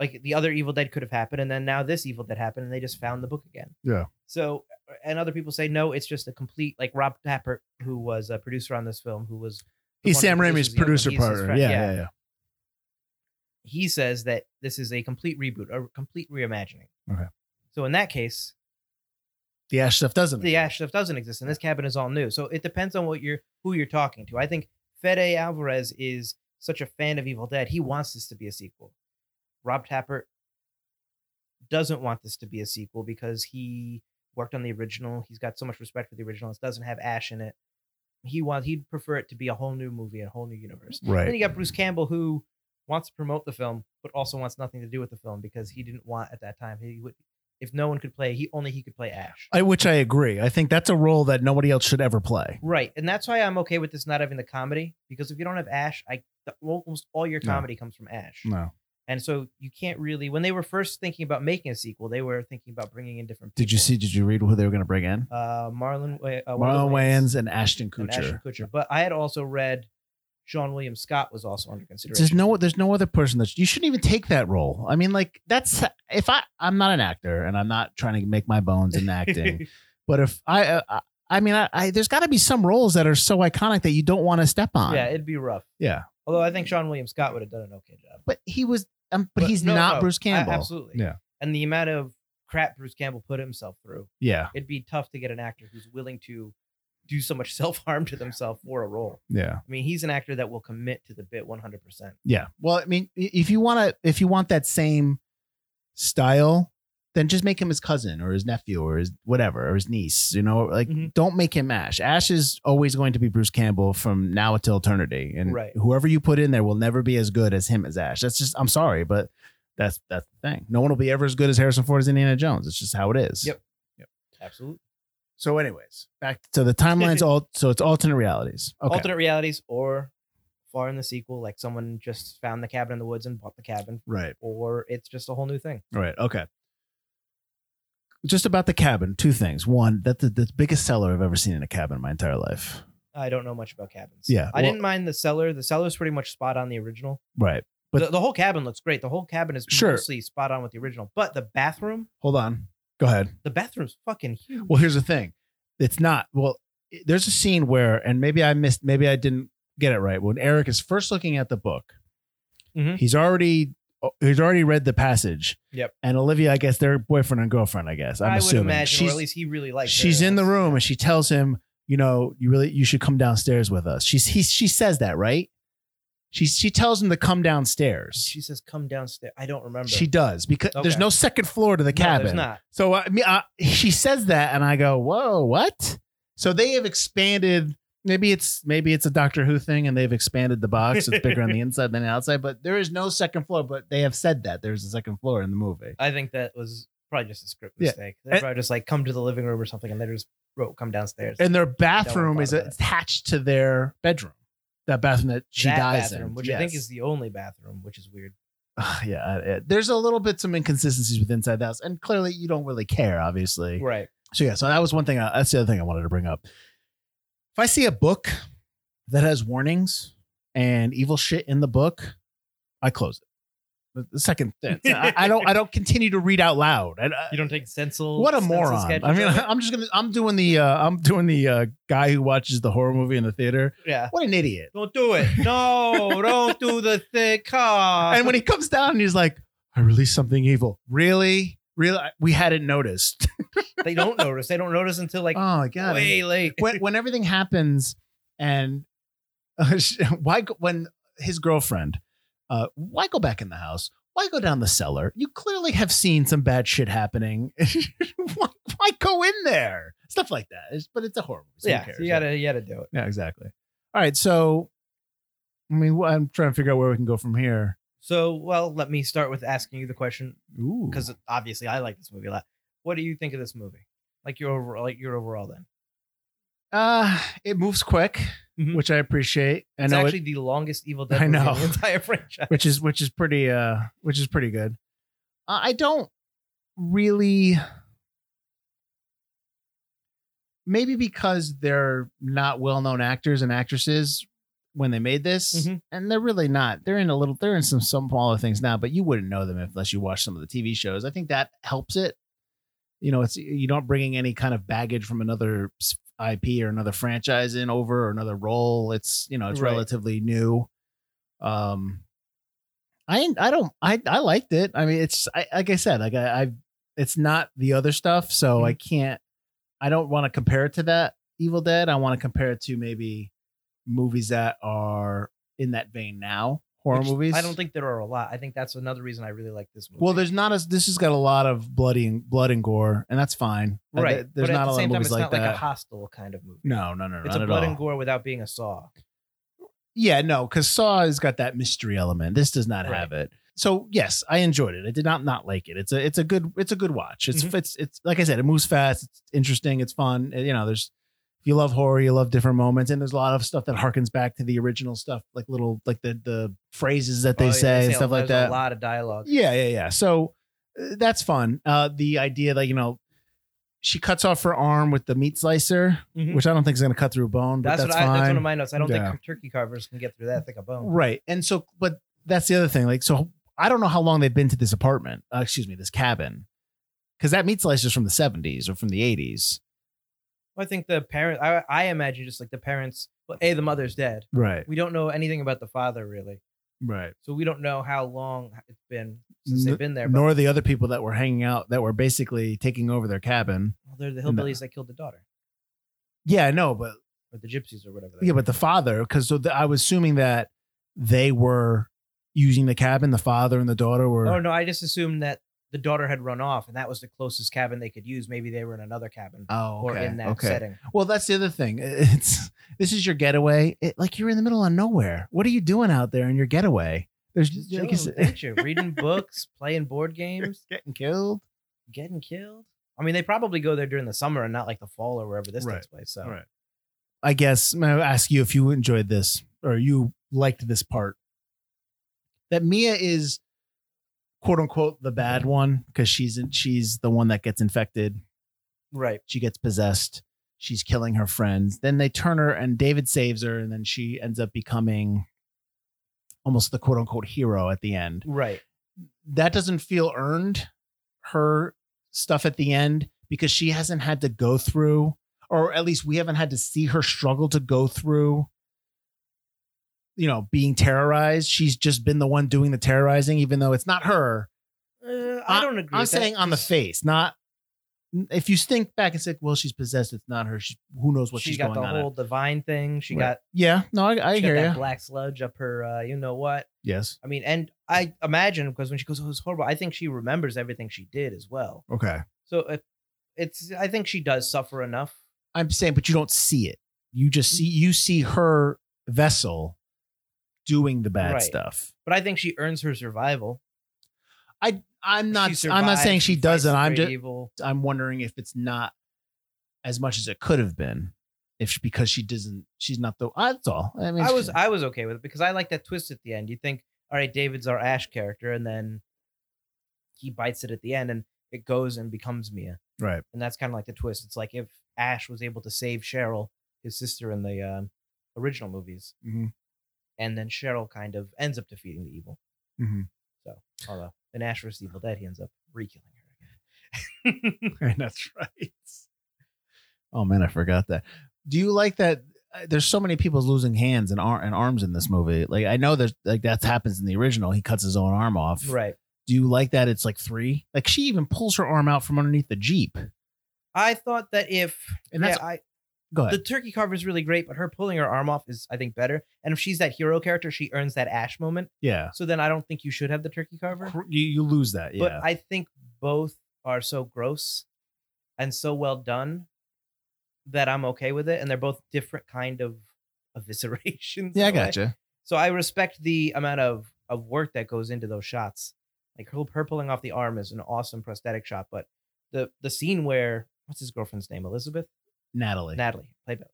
Like the other Evil Dead could have happened, and then now this Evil Dead happened, and they just found the book again.
Yeah.
So, and other people say no, it's just a complete like Rob Tappert, who was a producer on this film, who was the
He's
one
Sam
who
Raimi's
produces the other one.
producer
He's his
partner.
friend.
Yeah, yeah, yeah.
he says that this is a complete reboot, a complete reimagining.
Okay.
So in that case,
The Ash stuff doesn't.
the ash stuff doesn't exist, and this cabin is all new. So it depends on what you're who you're talking to. I think Fede Alvarez is such a fan of Evil Dead; he wants this to be a sequel. Rob Tappert doesn't want this to be a sequel because he worked on the original. He's got so much respect for the original. It doesn't have Ash in it. He wants he'd prefer it to be a whole new movie, a whole new universe. Then
Right.
you got Bruce Campbell who wants to promote the film, but also wants nothing to do with the film because he didn't want at that time. He would, if no one could play, he only he could play Ash.
I, which I agree. I think that's a role that nobody else should ever play.
right, and that's why I'm okay with this not having the comedy because if you don't have Ash, I the- almost all your
No.
comedy comes from Ash,
No.
and so you can't really. When they were first thinking about making a sequel, they were thinking about bringing in different.
Did you
people.
see? Did you read who they were going to bring in?
uh, Marlon Wa- uh,
Marlon Wayans and Ashton Kutcher.
and Ashton Kutcher? But I had also read Sean William Scott was also under consideration.
There's no there's no other person that you shouldn't even take that role. I mean, like that's if I I'm not an actor and I'm not trying to make my bones in
[laughs]
acting, but if I I, I mean I, I there's got to be some roles that are so iconic that you don't want to step on.
yeah, it'd be rough.
yeah.
Although I think Sean William Scott would have done an okay job.
But he was, um, but, he's
no,
not
no,
Bruce
a-
Campbell.
absolutely.
Yeah.
And the amount of crap Bruce Campbell put himself through,
Yeah,
it'd be tough to get an actor who's willing to do so much [laughs] self harm to themselves for a role.
yeah,
I mean, he's an actor that will commit to the bit 100%.
yeah. Well, I mean, i- if you want to, if you want that same style, then just make him his cousin or his nephew or his whatever or his niece. You know, like
Mhm.
don't make him Ash. Ash is always going to be Bruce Campbell from now until eternity, and
Right.
whoever you put in there will never be as good as him as Ash. That's just, I'm sorry, but that's that's the thing. No one will be ever as good as Harrison Ford as Indiana Jones. It's just how it is.
Yep. Absolutely.
So, anyways, back to the
[laughs]
timelines. all so it's alternate realities. Okay.
Alternate realities or far in the sequel, like someone just found the cabin in the woods and bought the cabin,
Right.
or it's just a whole new thing.
Right. Okay. Just about the cabin, two things. One, that's the, the biggest seller I've ever seen in a cabin in my entire life.
I don't know much about cabins.
Yeah,
I
well-
didn't mind the cellar. The cellar's pretty much spot on the original.
Right. But-
the, the whole cabin looks great. The whole cabin is
Sure.
mostly spot on with the original, but the bathroom
Hold on. Go ahead.
The bathroom's fucking huge.
Well, here's the thing. It's not. Well, i- there's a scene where, and maybe I missed, maybe I didn't get it right. When Eric is first looking at the book,
Mhm.
he's already oh, he's already read the passage.
Yep.
And Olivia, I guess their boyfriend and girlfriend. I guess I'm
I
assuming
would imagine,
she's
or at least he really likes.
she's in the room and she tells him, you know, you really you should come downstairs with us. She's he she says that, right? She she tells him to come downstairs.
She says, "Come downstairs." I don't remember.
She does because
Okay.
there's no second floor to the
No, there's
cabin.
not.
So I mean, I, she says that, and I go, "Whoa, what?" So they have expanded. Maybe it's maybe it's a Doctor Who thing, and they've expanded the box. It's bigger on
[laughs]
the inside than the outside, but there is no second floor. But they have said that there's a second floor in the movie.
I think that was probably just a script
Yeah.
mistake. They
And-
probably just like come to the living room or something, and they just wrote, "Come downstairs."
and their
No
bathroom
one
is
thought of that.
attached to their bedroom. That bathroom that she
That
dies
bathroom,
in,
which I
Yes.
think is the only bathroom, which is weird.
Ugh, [sighs] yeah, I- I- There's a little bit some inconsistencies with inside the house, and clearly you don't really care, obviously.
Right.
So yeah, so that was one thing. I, that's the other thing I wanted to bring up. If I see a book that has warnings and evil shit in the book, I close it. The- The second, thing. I, I don't, I don't continue to read out loud. I,
You don't take stencil.
what a
stencil
moron!
sketches
I [laughs] mean,
of it?
I'm just gonna, I'm doing the, uh, I'm doing the uh, guy who watches the horror movie in the theater.
yeah.
What an idiot!
Don't do it. No, don't do the thick
[laughs]
car.
and when he comes down and he's like, I released something evil. Really? Really? We hadn't noticed. [laughs]
they don't notice. They don't notice until like
oh my god.
way late.
When, when everything happens and uh, [laughs] sh- why go, when his girlfriend, uh, why go back in the house? Why go down the cellar? You clearly have seen some bad shit happening. [laughs] why, why go in there? Stuff like that. It's- but it's a horror movie. so who
yeah, [laughs] so
cares?
you gotta you gotta do it.
Yeah, exactly. All right. So, I mean, wh- I'm trying to figure out where we can go from here.
So, well, let me start with asking you the question
Ooh.
because obviously I like this movie a lot. What do you think of this movie? Like your overall, like your overall. Then
Uh, it moves quick,
Mhm.
which I appreciate. I
it's
know
actually
it,
the longest Evil Dead
I
movie
know.
in the entire [laughs] franchise.
[laughs] which is which is pretty uh which is pretty good. I I don't really maybe because they're not well-known actors and actresses when they made this,
Mhm.
and they're really not. They're in a little. They're in some some smaller things now, but you wouldn't know them unless you watch some of the TV shows. I think that helps it. You know, it's you're not bringing any kind of baggage from another s- IP or another franchise in over or another role. It's you know, it's
Right.
relatively new. Um, I I don't I I liked it. I mean, it's I, like I said, like I, I it's not the other stuff, so I can't. I don't want to compare it to that Evil Dead. I want to compare it to maybe movies that are in that vein now, horror
Which
movies.
I don't think there are a lot. I think that's another reason I really like this movie.
Well, there's not as this has got a lot of bloody and blood and gore, and that's fine. Uh,
right.
th- There's
but
not
at
a
the
lot of
same time,
movies
it's
like
not
that.
like a hostile kind of movie.
no, no, no,
it's
not
a
at
blood
all.
and gore without being a saw.
Yeah, no, because Saw has got that mystery element. This does not have it. So yes, I enjoyed it. I did not not like it. It's a it's a good it's a good watch. It's
Mhm.
it's it's like I said, it moves fast. It's interesting. It's fun. Uh, you know, there's if you love horror, you love different moments, and there's a lot of stuff that harkens back to the original stuff, like little like the the phrases that
Oh,
they
yeah,
say and
a-
stuff like
there's
that.
A lot of dialogue.
Yeah, yeah, yeah. So uh, that's fun. Uh, the idea that you know she cuts off her arm with the meat slicer,
Mhm.
which I don't think is going to cut through a bone, but
That's,
that's,
what I,
fine.
that's one of my notes. I don't
Yeah.
think turkey carvers can get through that thick a bone.
Right. And so, but that's the other thing. Like, so I don't know how long they've been to this apartment, uh, excuse me, this cabin, because that meat slicer's from the 70s or from the 80s.
I think the parent. I, I imagine just like the parents. Well, a the mother's dead.
Right.
We don't know anything about the father really,
Right.
so we don't know how long it's been since they've
N-
been there. But
Nor the other people that were hanging out that were basically taking over their cabin.
well, oh, they're the hillbillies that killed the daughter
Yeah, I know, but
or the gypsies or whatever. they
yeah,
were.
but the father, because so the, I was assuming that they were using the cabin. The father and the daughter were.
oh no, I just assumed that the daughter had run off, and that was the closest cabin they could use. Maybe they were in another cabin
Oh,
or
okay,
in that
okay.
setting.
Well, that's the other thing. [laughs] It's this is your getaway. It, like you're in the middle of nowhere. What are you doing out there in your getaway? There's just
Just chilling
like I
with
said,
nature, reading books, playing board games,
[laughs] getting killed.
getting killed. I mean, they probably go there during the summer and not like the fall or wherever this
Right.
takes place. So
I guess I'm gonna ask you if you enjoyed this or you liked this part. That Mia is quote unquote the bad one because she's she's the one that gets infected.
right,
She gets possessed. She's killing her friends. Then they turn her and David saves her, and then she ends up becoming almost the quote unquote hero at the end.
right.
that doesn't feel earned her stuff at the end because she hasn't had to go through or at least we haven't had to see her struggle to go through you know being terrorized she's just been the one doing the terrorizing even though it's not her
Uh, I
I-
don't agree.
i'm
with that.
saying on the
Just-
face not if you think back and say well she's possessed it's not her she, who knows what
she
she's going
got the
on at.
whole divine thing. She
Right.
got
yeah no i, I
she got
hear
that
you
black sludge up her. Uh, you know what?
yes
I mean, and I imagine because when she goes, "Oh, it's horrible," I think she remembers everything she did as well.
okay
So it, it's. I think she does suffer enough.
I'm saying, but you don't see it. You just see you see her vessel doing the bad
Right.
stuff.
But I think she earns her survival.
I'm not.
She
I'm not
survives,
saying she
fights
doesn't. I'm
great
just.
evil.
I'm wondering if it's not as much as it could have been, if she- because she doesn't. She's not the. uh, That's all. I mean,
I was
she-
I was okay with it because I like that twist at the end. You think, all right, David's our Ash character, and then he bites it at the end, and it goes and becomes Mia. [laughs]
right. [laughs]
and that's kind of like the twist. It's like if Ash was able to save Cheryl, his sister in the um original movies,
Mhm.
and then Cheryl kind of ends up defeating the evil.
Mhm.
So, although in Ash vs. Evil Dead, he ends up re-killing her again.
And that's right. Oh man, I forgot that. Do you like that? uh, There's so many people losing hands and, ar- and arms in this movie. Like I know there's like that happens in the original. He cuts his own arm off.
right.
Do you like that? It's like three. Like she even pulls her arm out from underneath the jeep.
I thought that if
And that's
yeah, I,
go
the
ahead.
turkey carver is really great, but her pulling her arm off is I think better. And if she's that hero character, she earns that Ash moment.
yeah,
So then I don't think you should have the turkey carver.
you, you lose that.
but
Yeah,
I think both are so gross and so well done that I'm okay with it, and they're both different kind of [laughs] eviscerations. in
yeah, I
a way.
gotcha.
So I respect the amount of of work that goes into those shots. Like her, her pulling off the arm is an awesome prosthetic shot, but the the scene where what's his girlfriend's name, Elizabeth
Natalie.
Natalie, played by.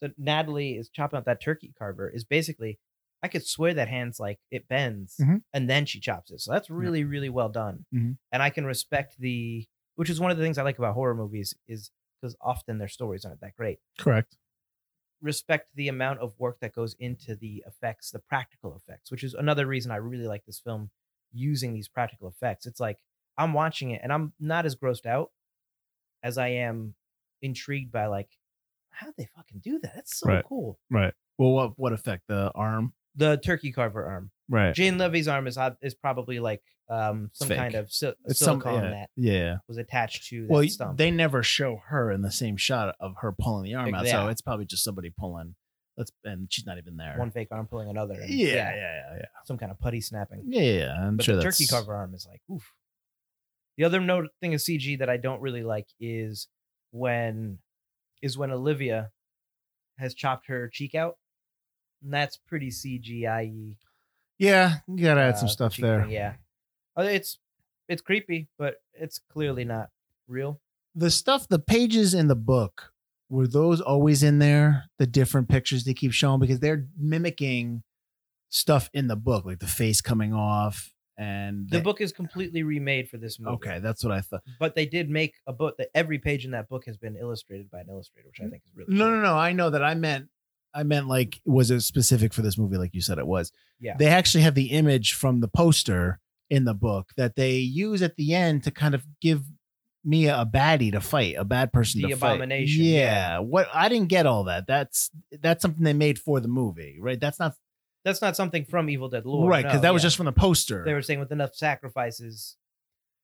So Natalie is chopping up that turkey carver is basically. I could swear that hand's like it bends
Mhm.
and then she chops it. So that's really, really well done.
Mhm.
And I can respect the, which is one of the things I like about horror movies is because often their stories aren't that great.
Correct.
Respect the amount of work that goes into the effects, the practical effects, which is another reason I really like this film using these practical effects. It's like I'm watching it and I'm not as grossed out as I am intrigued by like how would they fucking do that. That's so
Right.
cool.
Right. Well, what what effect? The arm.
The turkey carver arm.
Right.
Jane Levy's arm is ob- is probably like um some
fake.
kind of sil-
It's some-
silicone
yeah,
that
Yeah.
was attached to that
Well,
stump.
they never show her in the same shot of her pulling the arm out, so
Yeah.
it's probably just somebody pulling. Let's and she's not even there.
one fake arm pulling another. and,
yeah, yeah, yeah, yeah,
some kind of putty snapping.
yeah, yeah. I'm
but
sure
the
that's
turkey carver arm is like oof. The other note thing of CG that I don't really like is when is when Olivia has chopped her cheek out. And that's pretty CGI.
Yeah, you gotta add some
uh,
stuff
cheek
there.
thing, Yeah, Uh, it's it's creepy, but it's clearly not real.
the stuff, the pages in the book, were those always in there? The different pictures they keep showing because they're mimicking stuff in the book, like the face coming off and
The book is completely remade for this movie.
Okay, that's what I thought.
but they did make a book that every page in that book has been illustrated by an illustrator, which I think is really
No,
cool.
no, no. I know that. I meant, I meant like, was it specific for this movie? Like you said, it was.
Yeah.
They actually have the image from the poster in the book that they use at the end to kind of give Mia a baddie to fight, a bad person
The
to fight.
abomination,
Yeah.
yeah.
What I didn't get all that. That's that's something they made for the movie, right? That's not
That's not something from Evil Dead Lore,
right because
no,
that was
yeah.
just from the poster.
they were saying with enough sacrifices,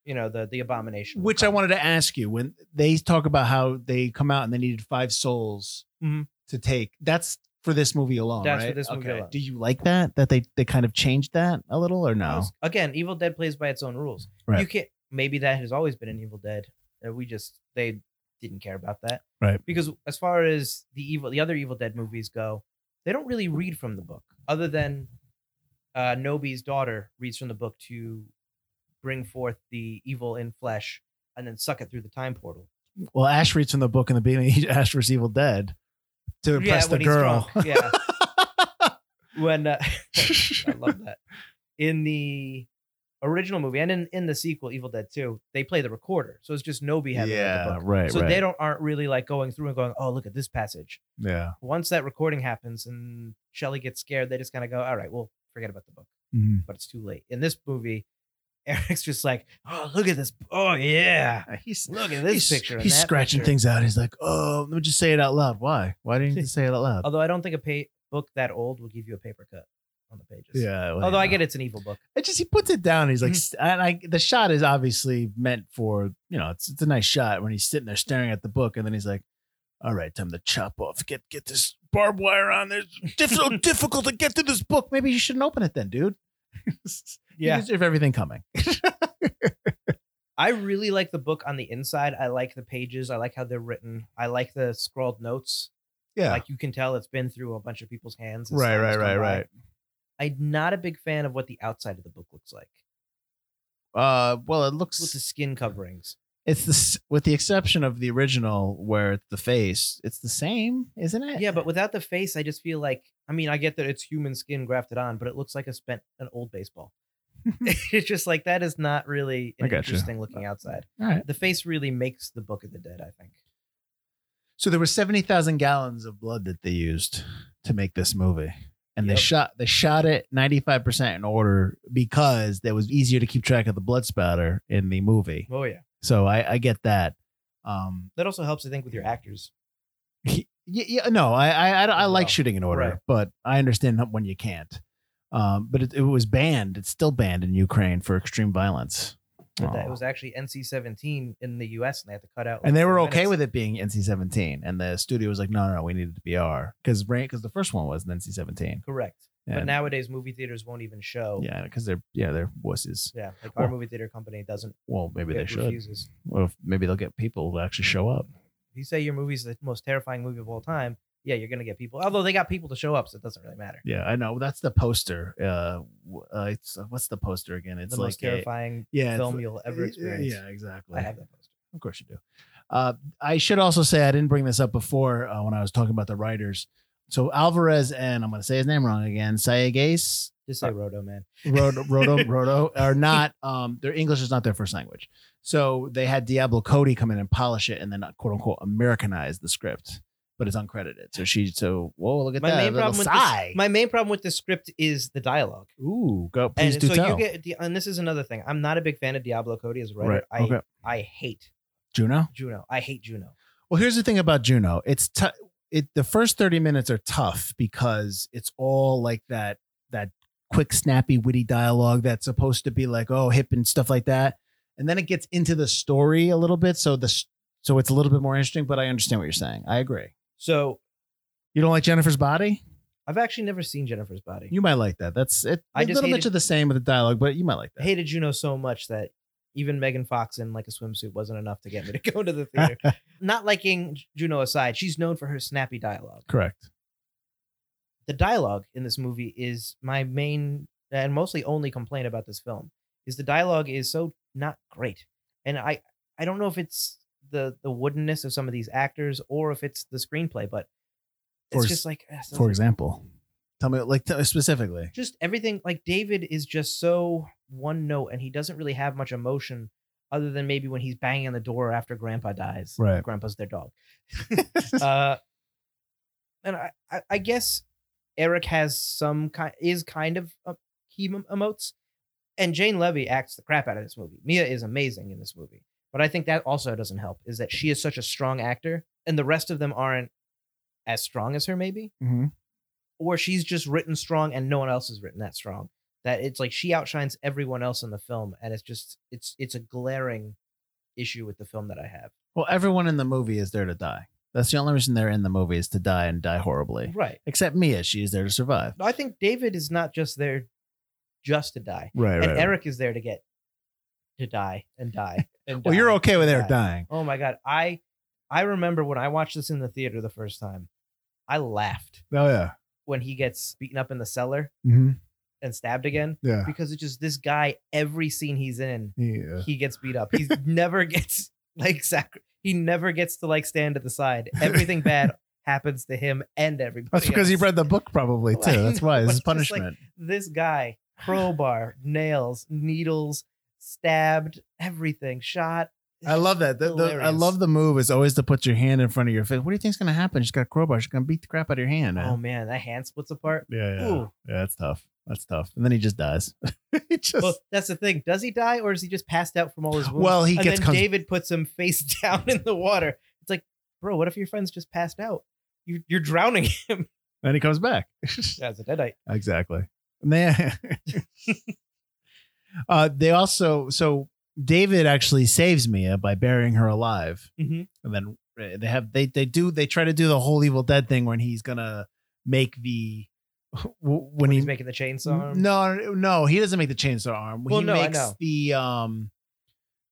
you know, the the abomination. will
which I
come.
wanted to ask you when they talk about how they come out and they needed five souls
Mhm.
to take. That's for this movie alone.
That's for
right?
this movie alone.
Do you like that? That they they kind of changed that a little or no?
Again, Evil Dead plays by its own rules.
Right.
You can't. Maybe that has always been an Evil Dead. and we just they didn't care about that.
Right.
Because as far as the evil, the other Evil Dead movies go, they don't really read from the book, other than uh, Nobi's daughter reads from the book to bring forth the evil in flesh and then suck it through the time portal.
Well, Ash reads from the book in the beginning. [laughs] he- Ash was evil dead to impress the
when he's
girl.
drunk, Yeah.
[laughs]
when uh, I love that in the original movie and in, in the sequel, Evil Dead Two, they play the recorder, so it's just Nobi having yeah, the book.
right.
So
right.
they don't aren't really like going through and going, oh look at this passage.
yeah.
Once that recording happens and Shelley gets scared, they just kind of go, all right, well forget about the book,
Mhm.
but it's too late. In this movie, [laughs] Eric's just like, oh look at this, oh yeah,
Ah, He's
look at this
he's,
picture. and
He's
that
scratching
picture."
things out. He's like, oh, let me just say it out loud. Why? Why didn't you
[laughs]
just say it out loud?
Although I don't think a pa- book that old will give you a paper cut on the pages.
yeah. well,
Although I
yeah.
get it's an evil book.
It just he puts it down. He's like, and I the shot is obviously meant for you know it's, it's a nice shot when he's sitting there staring at the book, and then he's like, "All right, time to chop off. Get get this barbed wire on. There's it's [laughs] so difficult to get through this book. Maybe you shouldn't open it then, [laughs] dude. you deserve everything coming.
I really like the book on the inside. I like the pages. I like how they're written. I like the scrawled notes.
Yeah,
Like you can tell it's been through a bunch of people's hands. as
right,
time
right,
has
right,
gone by.
right.
I'm not a big fan of what the outside of the book looks like
Uh, well, it
with the
looks
skin coverings.
it's the s- with the exception of the original where it's the face, it's the same, isn't it?
Yeah, but without the face, I just feel like I mean, I get that it's human skin grafted on, but it looks like a spent an old baseball. [laughs] it's just like that is not really
I
an
gotcha.
interesting looking outside.
all right.
The face really makes the Book of the Dead, I think.
So there were seventy thousand gallons of blood that they used to make this movie, and
Yep.
they shot they shot it ninety five percent in order because that was easier to keep track of the blood spatter in the movie.
Oh yeah,
So I, I get that. Um, [laughs]
that also helps, I think, with your actors.
yeah, yeah, no, I I, I, I like
Wow.
shooting in order,
Right.
but I understand when you can't. Um, but it, it was banned. It's still banned in Ukraine for extreme violence.
But that,
Aw.
it was actually NC-17 in the U.S. and they had to cut out.
and they were okay with it being NC-17, and the studio was like, "No, no, no we needed to be R because because the first one was an NC-17."
Correct.
And-
But nowadays, movie theaters won't even show.
Yeah, because they're yeah they're wusses.
Yeah, like our
Well-
movie theater company doesn't.
Well, maybe they
it
should.
Refuses.
Well, if- maybe they'll get people to actually show up.
If you say your movie's the most terrifying movie of all time, yeah, you're gonna get people. Although they got people to show up, so it doesn't really matter.
Yeah, I know. That's the poster. Uh, w- uh it's what's the poster again? It's
the
like
most
a-
terrifying
yeah, it's-
film you'll ever experience.
Yeah, exactly.
I have that poster.
Of course you do. Uh, I should also say I didn't bring this up before uh, when I was talking about the writers. So Alvarez and I'm going to say his name wrong again. Sayegace
Just say Roto Man. [laughs]
Roto, Roto, Roto are not. Um, their English is not their first language. So they had Diablo Cody come in and polish it, and then uh, quote unquote Americanize the script, but it's uncredited. So she, so whoa, look at
My
that
main,
little
problem with
sigh.
this, my main problem with the script is the dialogue.
Ooh, go please
and
do
so
tell.
you get, the- and this is another thing. I'm not a big fan of Diablo Cody as a writer.
right,
I,
okay,
I hate
Juno.
Juno. I hate Juno.
Well, here's the thing about Juno. It's t- it the first 30 minutes are tough because it's all like that that quick snappy witty dialogue that's supposed to be like oh hip and stuff like that. And then it gets into the story a little bit so the s- so it's a little bit more interesting, but I understand what you're saying. I agree.
So
You don't like Jennifer's body?
I've actually never seen Jennifer's body.
You might like that. That's it.
I
A
just
little
hated-
bit of the same with the dialogue, but you might like
I hated Juno so much that even Megan Fox in like a swimsuit wasn't enough to get me to
[laughs]
go to the theater.
that.
Not liking Juno aside, she's known for her snappy dialogue.
Correct.
The dialogue in this movie is my main and mostly only complaint about this film is the dialogue is so not great. And I I don't know if it's the the woodenness of some of these actors or if it's the screenplay, but it's
For ex-
just like eh, so-
For example, tell me like t-
[laughs]
specifically.
just everything like David is just so one note and he doesn't really have much emotion other than maybe when he's banging on the door after grandpa dies.
Right.
Grandpa's their dog.
[laughs]
uh and I, I I guess Eric has some kind is kind of uh, he em- emotes and Jane Levy acts the crap out of this movie. Mia is amazing in this movie. But I think that also doesn't help is that she is such a strong actor and the rest of them aren't as strong as her maybe
Mhm.
or she's just written strong and no one else is written that strong that it's like she outshines everyone else in the film and it's just it's it's a glaring issue with the film that i have
Well, everyone in the movie is there to die. That's the only reason they're in the movie is to die and die horribly.
right
Except Mia, she is there to survive.
i think david is not just there just to die
Right,
and eric is there to get to die and die
[laughs]
and
Well, you're
die
okay with
and
Eric
die.
dying.
oh my god i i remember when i watched this in the theater the first time i laughed
Oh yeah,
when he gets beaten up in the cellar
mm-hmm.
and stabbed again
yeah,
because it's just this guy every scene he's in
yeah.
he gets beat up. He
[laughs]
never gets like sac- he never gets to like stand at the side.
[laughs]
Everything bad happens to him and everybody.
That's because he
else.
read the book probably too.
Well, [laughs] I
That's
know,
why
but
this is
it's just like-
punishment.
this guy crowbar, nails, needles, stabbed, everything, shot.
I love that. The- the- I
Hilarious.
love the move is always to put your hand in front of your face. What do you think's gonna happen? She's got a crowbar. She's gonna beat the crap out of your hand.
Oh
man.
man, that hand splits apart.
yeah,
Ooh.
yeah. That's tough. That's tough. And then he just dies. [laughs] he just
Well, that's the thing. Does he die or is he just passed out from all his wounds?
Well, he
and
gets
then
cons-
David puts him face [laughs] down in the water. It's like, bro, what if your friend's just passed out? You're, you're drowning [laughs] him.
then he comes back. [laughs]
That's a deadite.
Exactly. Man.
[laughs]
[laughs] uh, they also so David actually saves Mia by burying her alive,
Mhm.
and then uh, they have they they do they try to do the whole Evil Dead thing when he's gonna make the [laughs] w- when,
When
he
he's making the chainsaw.
no no he doesn't make the chainsaw arm
Well,
he
no, I
makes
know.
the um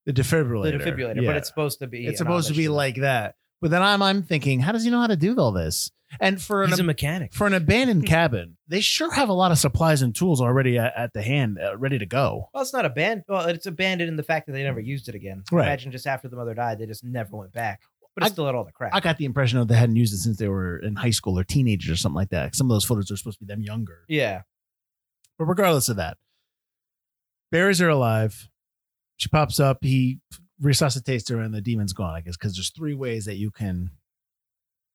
the defibrillator
the defibrillator,
Yeah
but it's supposed to be.
it's
an
supposed to be
automation.
like that but then I'm I'm thinking how does he know how to do all this and for an
he's a mechanic.
for an abandoned cabin, they sure have a lot of supplies and tools already at, at the hand, uh, ready to go.
Well, it's not abandoned. Well, it's abandoned in the fact that they never used it again.
Mm. Right.
Imagine just after the mother died, they just never went back. But
I-
it's still had all the crap.
I got the impression that they hadn't used it since they were in high school or teenagers or something like that. Some of those photos are supposed to be them younger.
yeah.
But regardless of that, berries are alive. She pops up. He resuscitates her, and the demon's gone. I guess because there's three ways that you can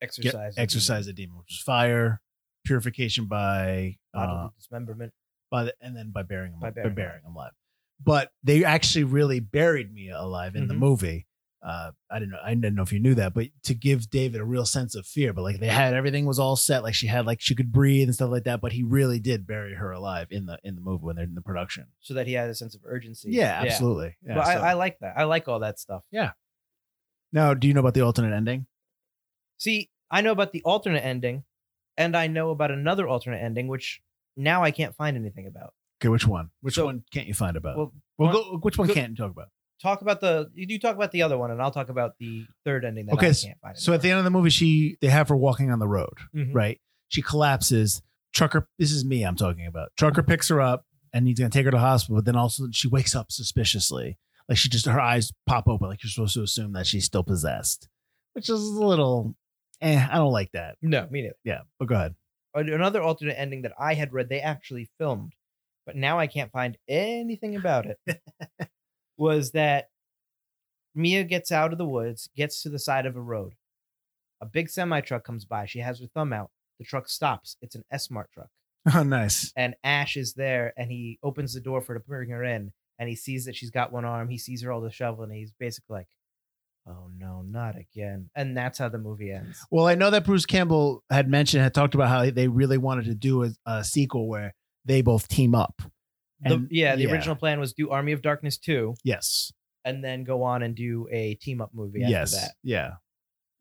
get,
Exercise.
exercise the demon, which is fire, purification by uh,
Bodily dismemberment.
by the, and then by burying him, by
By burying
burying,
him.
him alive. But they actually really buried Mia alive in the
Mhm.
movie. Uh, I didn't know. I didn't know if you knew that, but to give David a real sense of fear, but like they had everything was all set, like she had like she could breathe and stuff like that. But he really did bury her alive in the in the movie when they're in the production.
So that he had a sense of urgency.
Yeah, absolutely. Yeah,
but
so-
I, I like that. I like all that stuff.
now, do you know about the alternate ending?
See, I know about the alternate ending, and I know about another alternate ending, which now I can't find anything about.
Okay, which one? Which
So-
one can't you find about? Well,
Well,
go, which one
go-
can't you talk about?
talk about the you do talk about the other one, and I'll talk about the third ending that
Okay,
I can't find.
So at the end of the movie, she they have her walking on the road. right? She collapses. Trucker, this is me I'm talking about. Trucker picks her up and he's gonna take her to the hospital, but then also she wakes up suspiciously. Like she just her eyes pop open, like you're supposed to assume that she's still possessed. Which is a little eh, I don't like that.
No, me neither.
Yeah, but go ahead.
another alternate ending that I had read they actually filmed but now I can't find anything about it, was that Mia gets out of the woods, gets to the side of a road. A big semi truck comes by. She has her thumb out. The truck stops. It's an S Mart truck.
Oh, [laughs] nice.
And Ash is there and he opens the door for her to bring her in. And he sees that she's got one arm. He sees her hold the shovel and he's basically like, oh no, not again. And that's how the movie ends.
Well, I know that Bruce Campbell had mentioned, had talked about how they really wanted to do a, a sequel where they both team up.
The-
And-
yeah, the
yeah.
original plan was do Army of Darkness 2
Yes.
and then go on and do a team up movie after
yes.
that.
Yeah.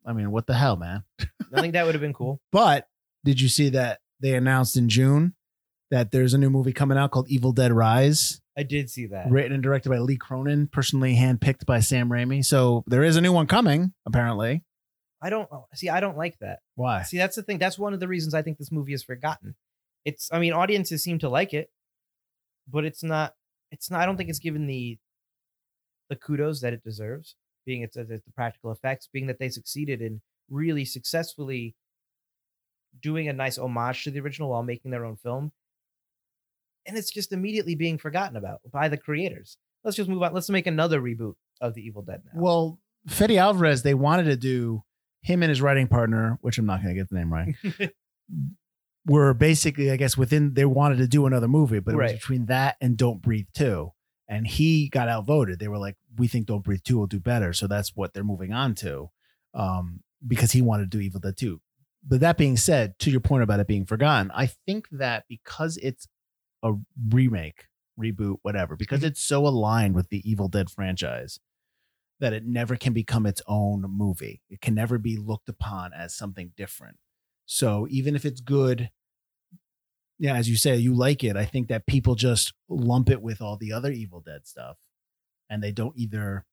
I mean, what the hell, man?
I think that would have been cool.
But did you see that they announced in June that there's a new movie coming out called Evil Dead Rise,
I did see that.
written and directed by Lee Cronin, personally handpicked by Sam Raimi. So there is a new one coming, apparently.
I don't oh, see. I don't like that.
Why?
See, that's the thing. That's one of the reasons I think this movie is forgotten. It's. I mean, audiences seem to like it, but it's not. It's not. I don't think it's given the the kudos that it deserves. Being it's, it's the practical effects, being that they succeeded in really successfully doing a nice homage to the original while making their own film, and it's just immediately being forgotten about by the creators. Let's just move on. Let's make another reboot of the Evil Dead now.
Well, Fede Alvarez, they wanted to do him and his writing partner, which I'm not going to get the name right, were basically, I guess, within, they wanted to do another movie, but it was
Right.
between that and Don't Breathe 2. And he got outvoted. They were like, we think Don't Breathe 2 will do better. So that's what they're moving on to um, because he wanted to do Evil Dead 2. But that being said, to your point about it being forgotten, I think that because it's a remake, reboot, whatever, because it's so aligned with the Evil Dead franchise, that it never can become its own movie. It can never be looked upon as something different. So even if it's good, yeah, as you say, you like it. I think that people just lump it with all the other Evil Dead stuff, and they don't either.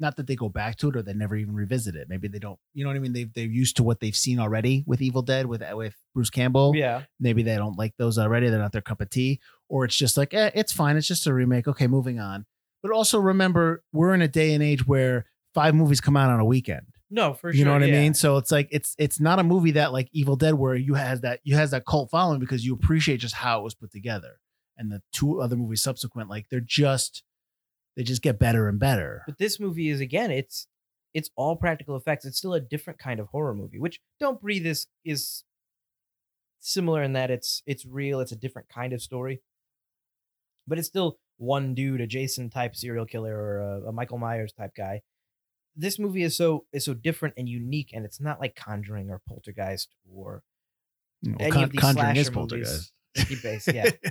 Not that they go back to it or they never even revisit it. Maybe they don't. You know what I mean? They they're used to what they've seen already with Evil Dead with with Bruce Campbell
yeah.
maybe they don't like those already they're not their cup of tea or it's just like eh, it's fine it's just a remake okay moving on but also remember we're in a day and age where five movies come out on a weekend
No, for sure.
you know what
yeah.
i mean so it's like it's it's not a movie that like evil dead where you has that you has that cult following because you appreciate just how it was put together and the two other movies subsequent like they're just they just get better and better
But this movie is again, it's it's all practical effects. It's still a different kind of horror movie, which Don't Breathe is is similar in that it's it's real, it's a different kind of story. But it's still one dude, a Jason type serial killer or a, a Michael Myers type guy. This movie is so is so different and unique, and it's not like Conjuring or Poltergeist or
You know,
any
Con-
of these
conjuring is
slasher
poltergeist
movies. Sneaky base,
[laughs]
yeah.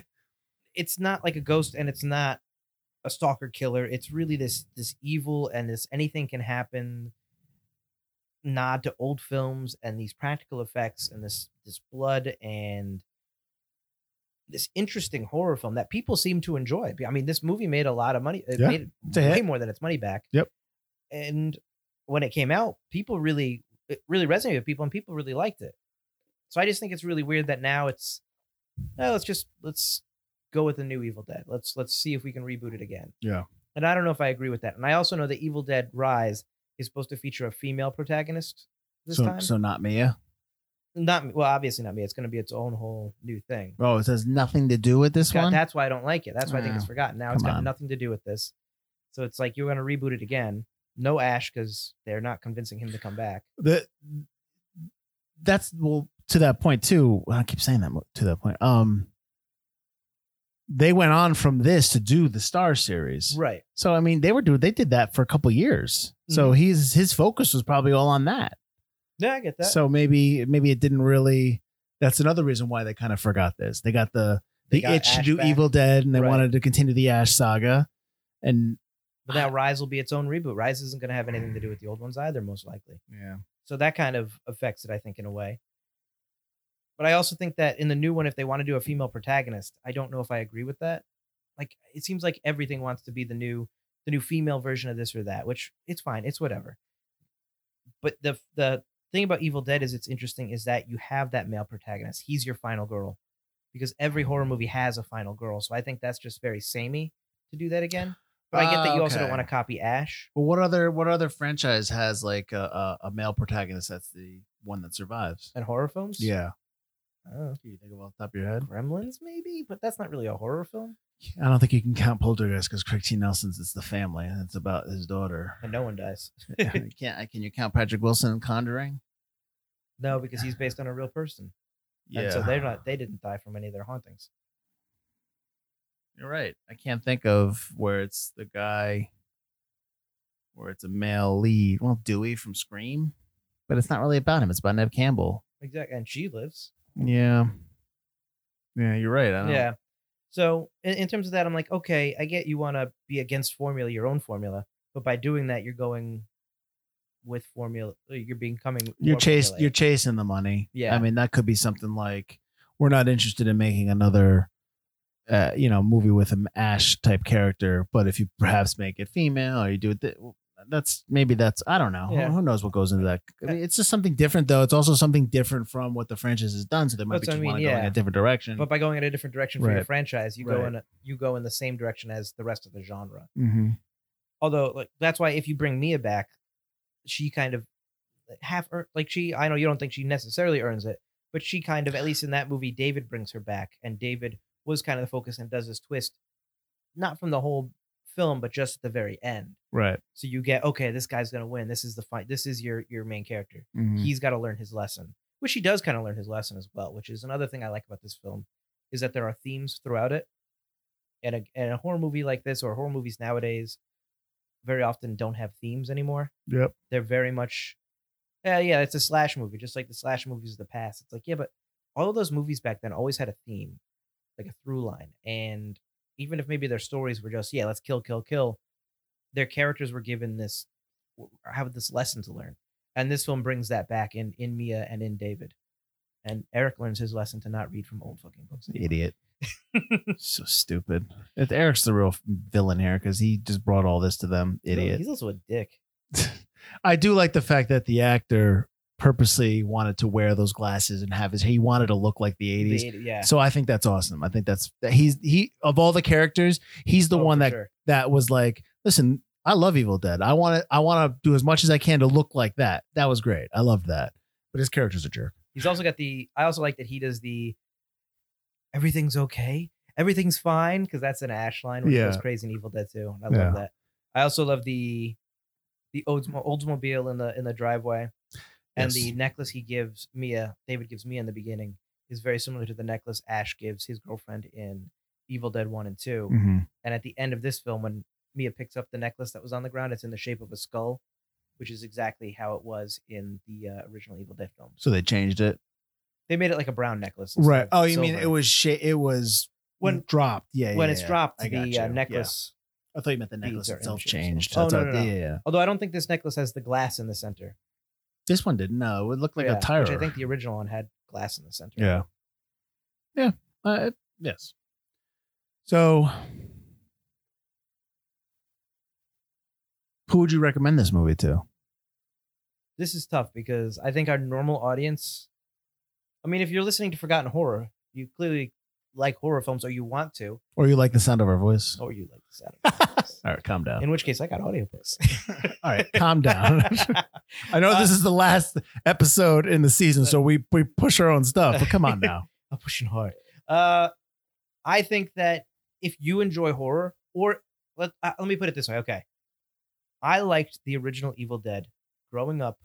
it's not like a ghost and it's not a stalker killer. It's really this this evil and this anything can happen nod to old films and these practical effects and this this blood and this interesting horror film that people seem to enjoy. I mean, this movie made a lot of money. It
Yeah,
made
it's a hit.
way more than its money back.
Yep.
And when it came out, people really it really resonated with people and people really liked it. So I just think it's really weird that now it's oh, let's just let's go with the new Evil Dead. Let's let's see if we can reboot it again.
Yeah.
And I don't know if I agree with that. And I also know that Evil Dead Rise is supposed to feature a female protagonist this
so,
time.
so not mia
Not me- well, obviously not me. It's going to be its own whole new thing.
oh it has nothing to do with this
It's got-
one
that's why I don't like it. That's why I think it's
Oh,
forgotten. Now it's
come
got
on.
nothing to do with this. So it's like you're going to reboot it again. No Ash because they're not convincing him to come back.
the that's well to that point too i keep saying that mo- to that point um they went on from this to do the star series
Right.
so i mean they were doing they did that for a couple years so
Mm-hmm.
he's his focus was probably all on that.
Yeah, I get that.
so maybe maybe it didn't really that's another reason why they kind of forgot this they got the
They
the
got
itch to
Ash
do
back.
evil dead and they
Right.
wanted to continue the ash saga and
but now Rise will be its own reboot. Rise isn't going to have anything to do with the old ones either, most likely.
yeah
So that kind of affects it, I think, in a way. But I also think that in the new one, if they want to do a female protagonist, I don't know if I agree with that. Like it seems like everything wants to be the new the new female version of this or that, which it's fine, it's whatever. But the the thing about Evil Dead is it's interesting is that you have that male protagonist. He's your final girl. Because every horror movie has a final girl. So I think that's just very samey to do that again. But I get that you
Ah,
also
okay.
don't want to copy Ash.
Well, what other what other franchise has like a, a, a male protagonist that's the one that survives?
and horror films.
Yeah,
Uh,
Can you think of off the top of your head?
Gremlins, maybe, but that's not really a horror film.
I don't think you can count Poltergeist because Craig T. Nelson's it's the family and it's about his [laughs] daughter.
And no one dies.
Can't I- can you count Patrick Wilson in Conjuring?
No, because he's based on a real person, and so they're not. They didn't die from any of their hauntings.
You're right. I can't think of where it's the guy, where it's a male lead. Well, Dewey from Scream, but it's not really about him. It's about Neb Campbell.
Exactly, and she lives.
Yeah. Yeah, you're right. I don't
Yeah. So in, in terms of that, I'm like, okay, I get you want to be against formula, your own formula, but by doing that, you're going with formula. uh, You're becoming
You're
more
chase
formulaic.
you're chasing the money.
Yeah.
I mean, that could be something like we're not interested in making another uh, you know, movie with an Ash type character, but if you perhaps make it female or you do it th- that's maybe that's I don't know. Who-
Yeah. Uh
Who, knows what goes into that? I mean, it's just something different though. It's also something different from what the franchise has done, so they might
That's
be
what I
just
mean,
want to go in
yeah.
a different direction.
but by going in a different direction for your
Right.
franchise, you go
Right.
in a, you go in the same direction as the rest of the genre.
mm-hmm.
Although, like that's why if you bring Mia back, she kind of uh, half earn like she. I know you don't think she necessarily earns it, but she kind of at least in that movie, David brings her back, and David was kind of the focus and does this twist, not from the whole film, but just at the very end.
Right.
So you get okay, this guy's gonna win. This is the fight. This is your your main character
Mhm.
he's got to learn his lesson, which he does kind of learn his lesson as well, which is another thing I like about this film is that there are themes throughout it. And a, and a horror movie like this or horror movies nowadays very often don't have themes anymore.
Yep.
They're very much, yeah, yeah, it's a slash movie, just like the slash movies of the past. It's like, yeah, but all of those movies back then always had a theme, like a through line. And even if maybe their stories were just, yeah, let's kill, kill, kill, their characters were given this, have this lesson to learn and this film brings that back in in Mia and in David. And Eric learns his lesson to not read from old fucking books.
[laughs] Idiot. so stupid. If Eric's the real villain here because he just brought all this to them. Idiot. [laughs]
He's also a dick.
I do like the fact that the actor purposely wanted to wear those glasses and have his he wanted to look like the 80s.
The- yeah.
So I think that's awesome. I think that's that he's he of all the characters, he's the one
one
that that was like, listen, I love Evil Dead. I want to I want to do as much as I can to look like that. That was great. I loved that. But his character's a jerk.
He's also got the. I also like that he does the. Everything's okay. Everything's fine because that's an Ash line, which
Yeah.
was crazy in Evil Dead too. And I
Yeah.
love that. I also love the, the Oldsmo- Oldsmobile in the in the driveway, and the
Yes.
necklace he gives Mia. David gives Mia in the beginning is very similar to the necklace Ash gives his girlfriend in Evil Dead One and 2
Mm. Mm-hmm.
And at the end of this film, when Mia picks up the necklace that was on the ground, it's in the shape of a skull, which is exactly how it was in the uh, original Evil Dead films.
So they changed it.
They made it like a brown necklace. instead
Right.
of
Oh, you mean
silver.
it was sh- it was
When-
dropped. Yeah.
when
yeah,
it's
yeah.
dropped?
I got
The
you.
uh,
Yeah.
necklace.
I thought you meant the
Beads
necklace
are
itself
inches.
changed.
Oh,
That's
no,
what-
no, no.
yeah, yeah, yeah.
Although I don't think this necklace has the glass in the center.
This one didn't. No, it would look like
Yeah,
a tire.
Which I think the original one had glass in the center.
Yeah. Yeah. Uh, yes. So, who would you recommend this movie to?
This is tough because I think our normal audience. I mean, if you're listening to Forgotten Horror, you clearly like horror films, or you want to,
Or you like the sound of our voice?
or you like the sound. of podcasts.
[laughs] All right, calm down.
In which case, I got audiobooks.
All
[laughs]
right, calm down. [laughs] I know
Uh,
this is the last episode in the season, so we we push our own stuff. But come on now.
I'm pushing hard. Uh, I think that if you enjoy horror, or let uh, let me put it this way, okay, I liked the original Evil Dead growing up.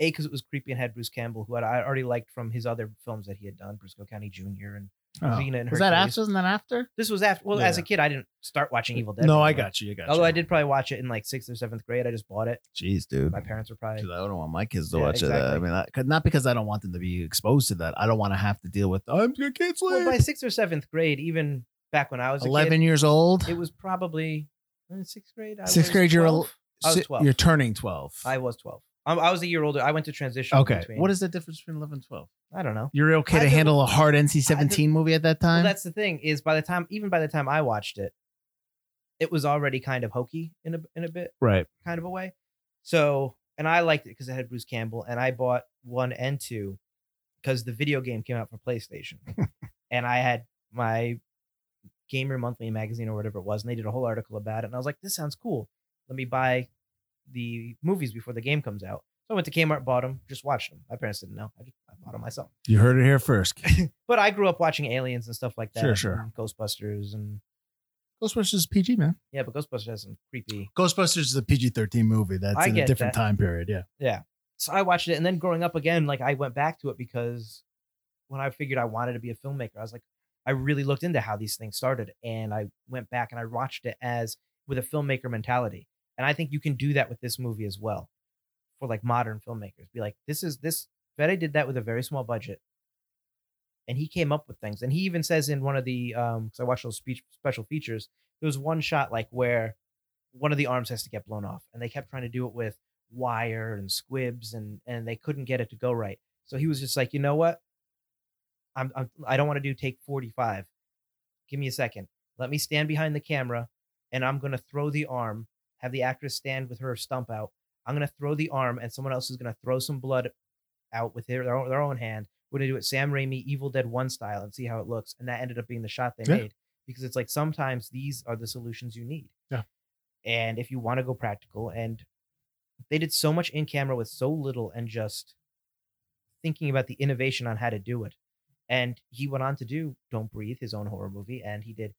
A because it was creepy and had Bruce Campbell, who had, I already liked from his other films that he had done, Briscoe County Jr. and Xena and
Was that
Hercules.
after? Isn't that after?
This was after. Well, as a
Yeah.
kid, I didn't start watching Evil Dead.
No,
really
I
much.
got you. I got you.
Although I did probably watch it in like sixth or seventh grade, I just bought it.
Jeez, dude.
My parents were probably
because I don't want my kids to
Yeah,
watch it. I
exactly.
mean, I, 'cause- not because I don't want them to be exposed to that. I don't want to have to deal with I'm your kids
well,
sleep.
by sixth or seventh grade, even back when I was a kid,
Eleven years old.
It was probably eh, sixth grade. I
Sixth
was
grade, you're
12. I was
Si-
12.
You're turning twelve.
I was twelve. Um, I was a year older. I went to transition.
okay.
Between,
What is the difference between eleven and twelve?
I don't know.
You're okay
I
to
did-
handle a hard NC-17 movie at that
Well,
time.
that's the thing is by the time, even by the time I watched it, it was already kind of hokey in a in a bit,
right.
kind of a way. So, and I liked it because it had Bruce Campbell, and I bought one and two because the video game came out for
[laughs]
PlayStation, and I had my Gamer Monthly magazine or whatever it was, and they did a whole article about it, and I was like, this sounds cool. Let me buy the movies before the game comes out. So I went to Kmart, bought them, just watched them. My parents didn't know. I just I bought them myself.
You heard it here
[laughs]
first.
But I grew up watching aliens and stuff like that.
Sure, sure.
and Ghostbusters and
Ghostbusters is PG, man.
yeah, but Ghostbusters has some creepy.
Ghostbusters is a PG 13 movie. That's
I
in a
get
different
that.
time period. Yeah.
So I watched it, and then growing up again, like I went back to it because when I figured I wanted to be a filmmaker, I was like, I really looked into how these things started, and I went back and I watched it as with a filmmaker mentality, and I think you can do that with this movie as well for like modern filmmakers. Be like, this is this. Fede did that with a very small budget, and he came up with things. And he even says in one of the um, because I watched those speech special features, there was one shot like where one of the arms has to get blown off, and they kept trying to do it with wire and squibs and and they couldn't get it to go right. So he was just like, you know what? I'm, I'm I don't want to do take 45. Give me a second. Let me stand behind the camera and I'm gonna throw the arm, have the actress stand with her stump out. I'm gonna throw the arm and someone else is gonna throw some blood out with their their own, their own hand. We're gonna do it Sam Raimi Evil Dead One style and see how it looks. And that ended up being the shot they
Yeah.
made because it's like sometimes these are the solutions you need.
Yeah.
And if you want to go practical and they did so much in camera with so little and just thinking about the innovation on how to do it. And he went on to do Don't Breathe, his own horror movie, and he did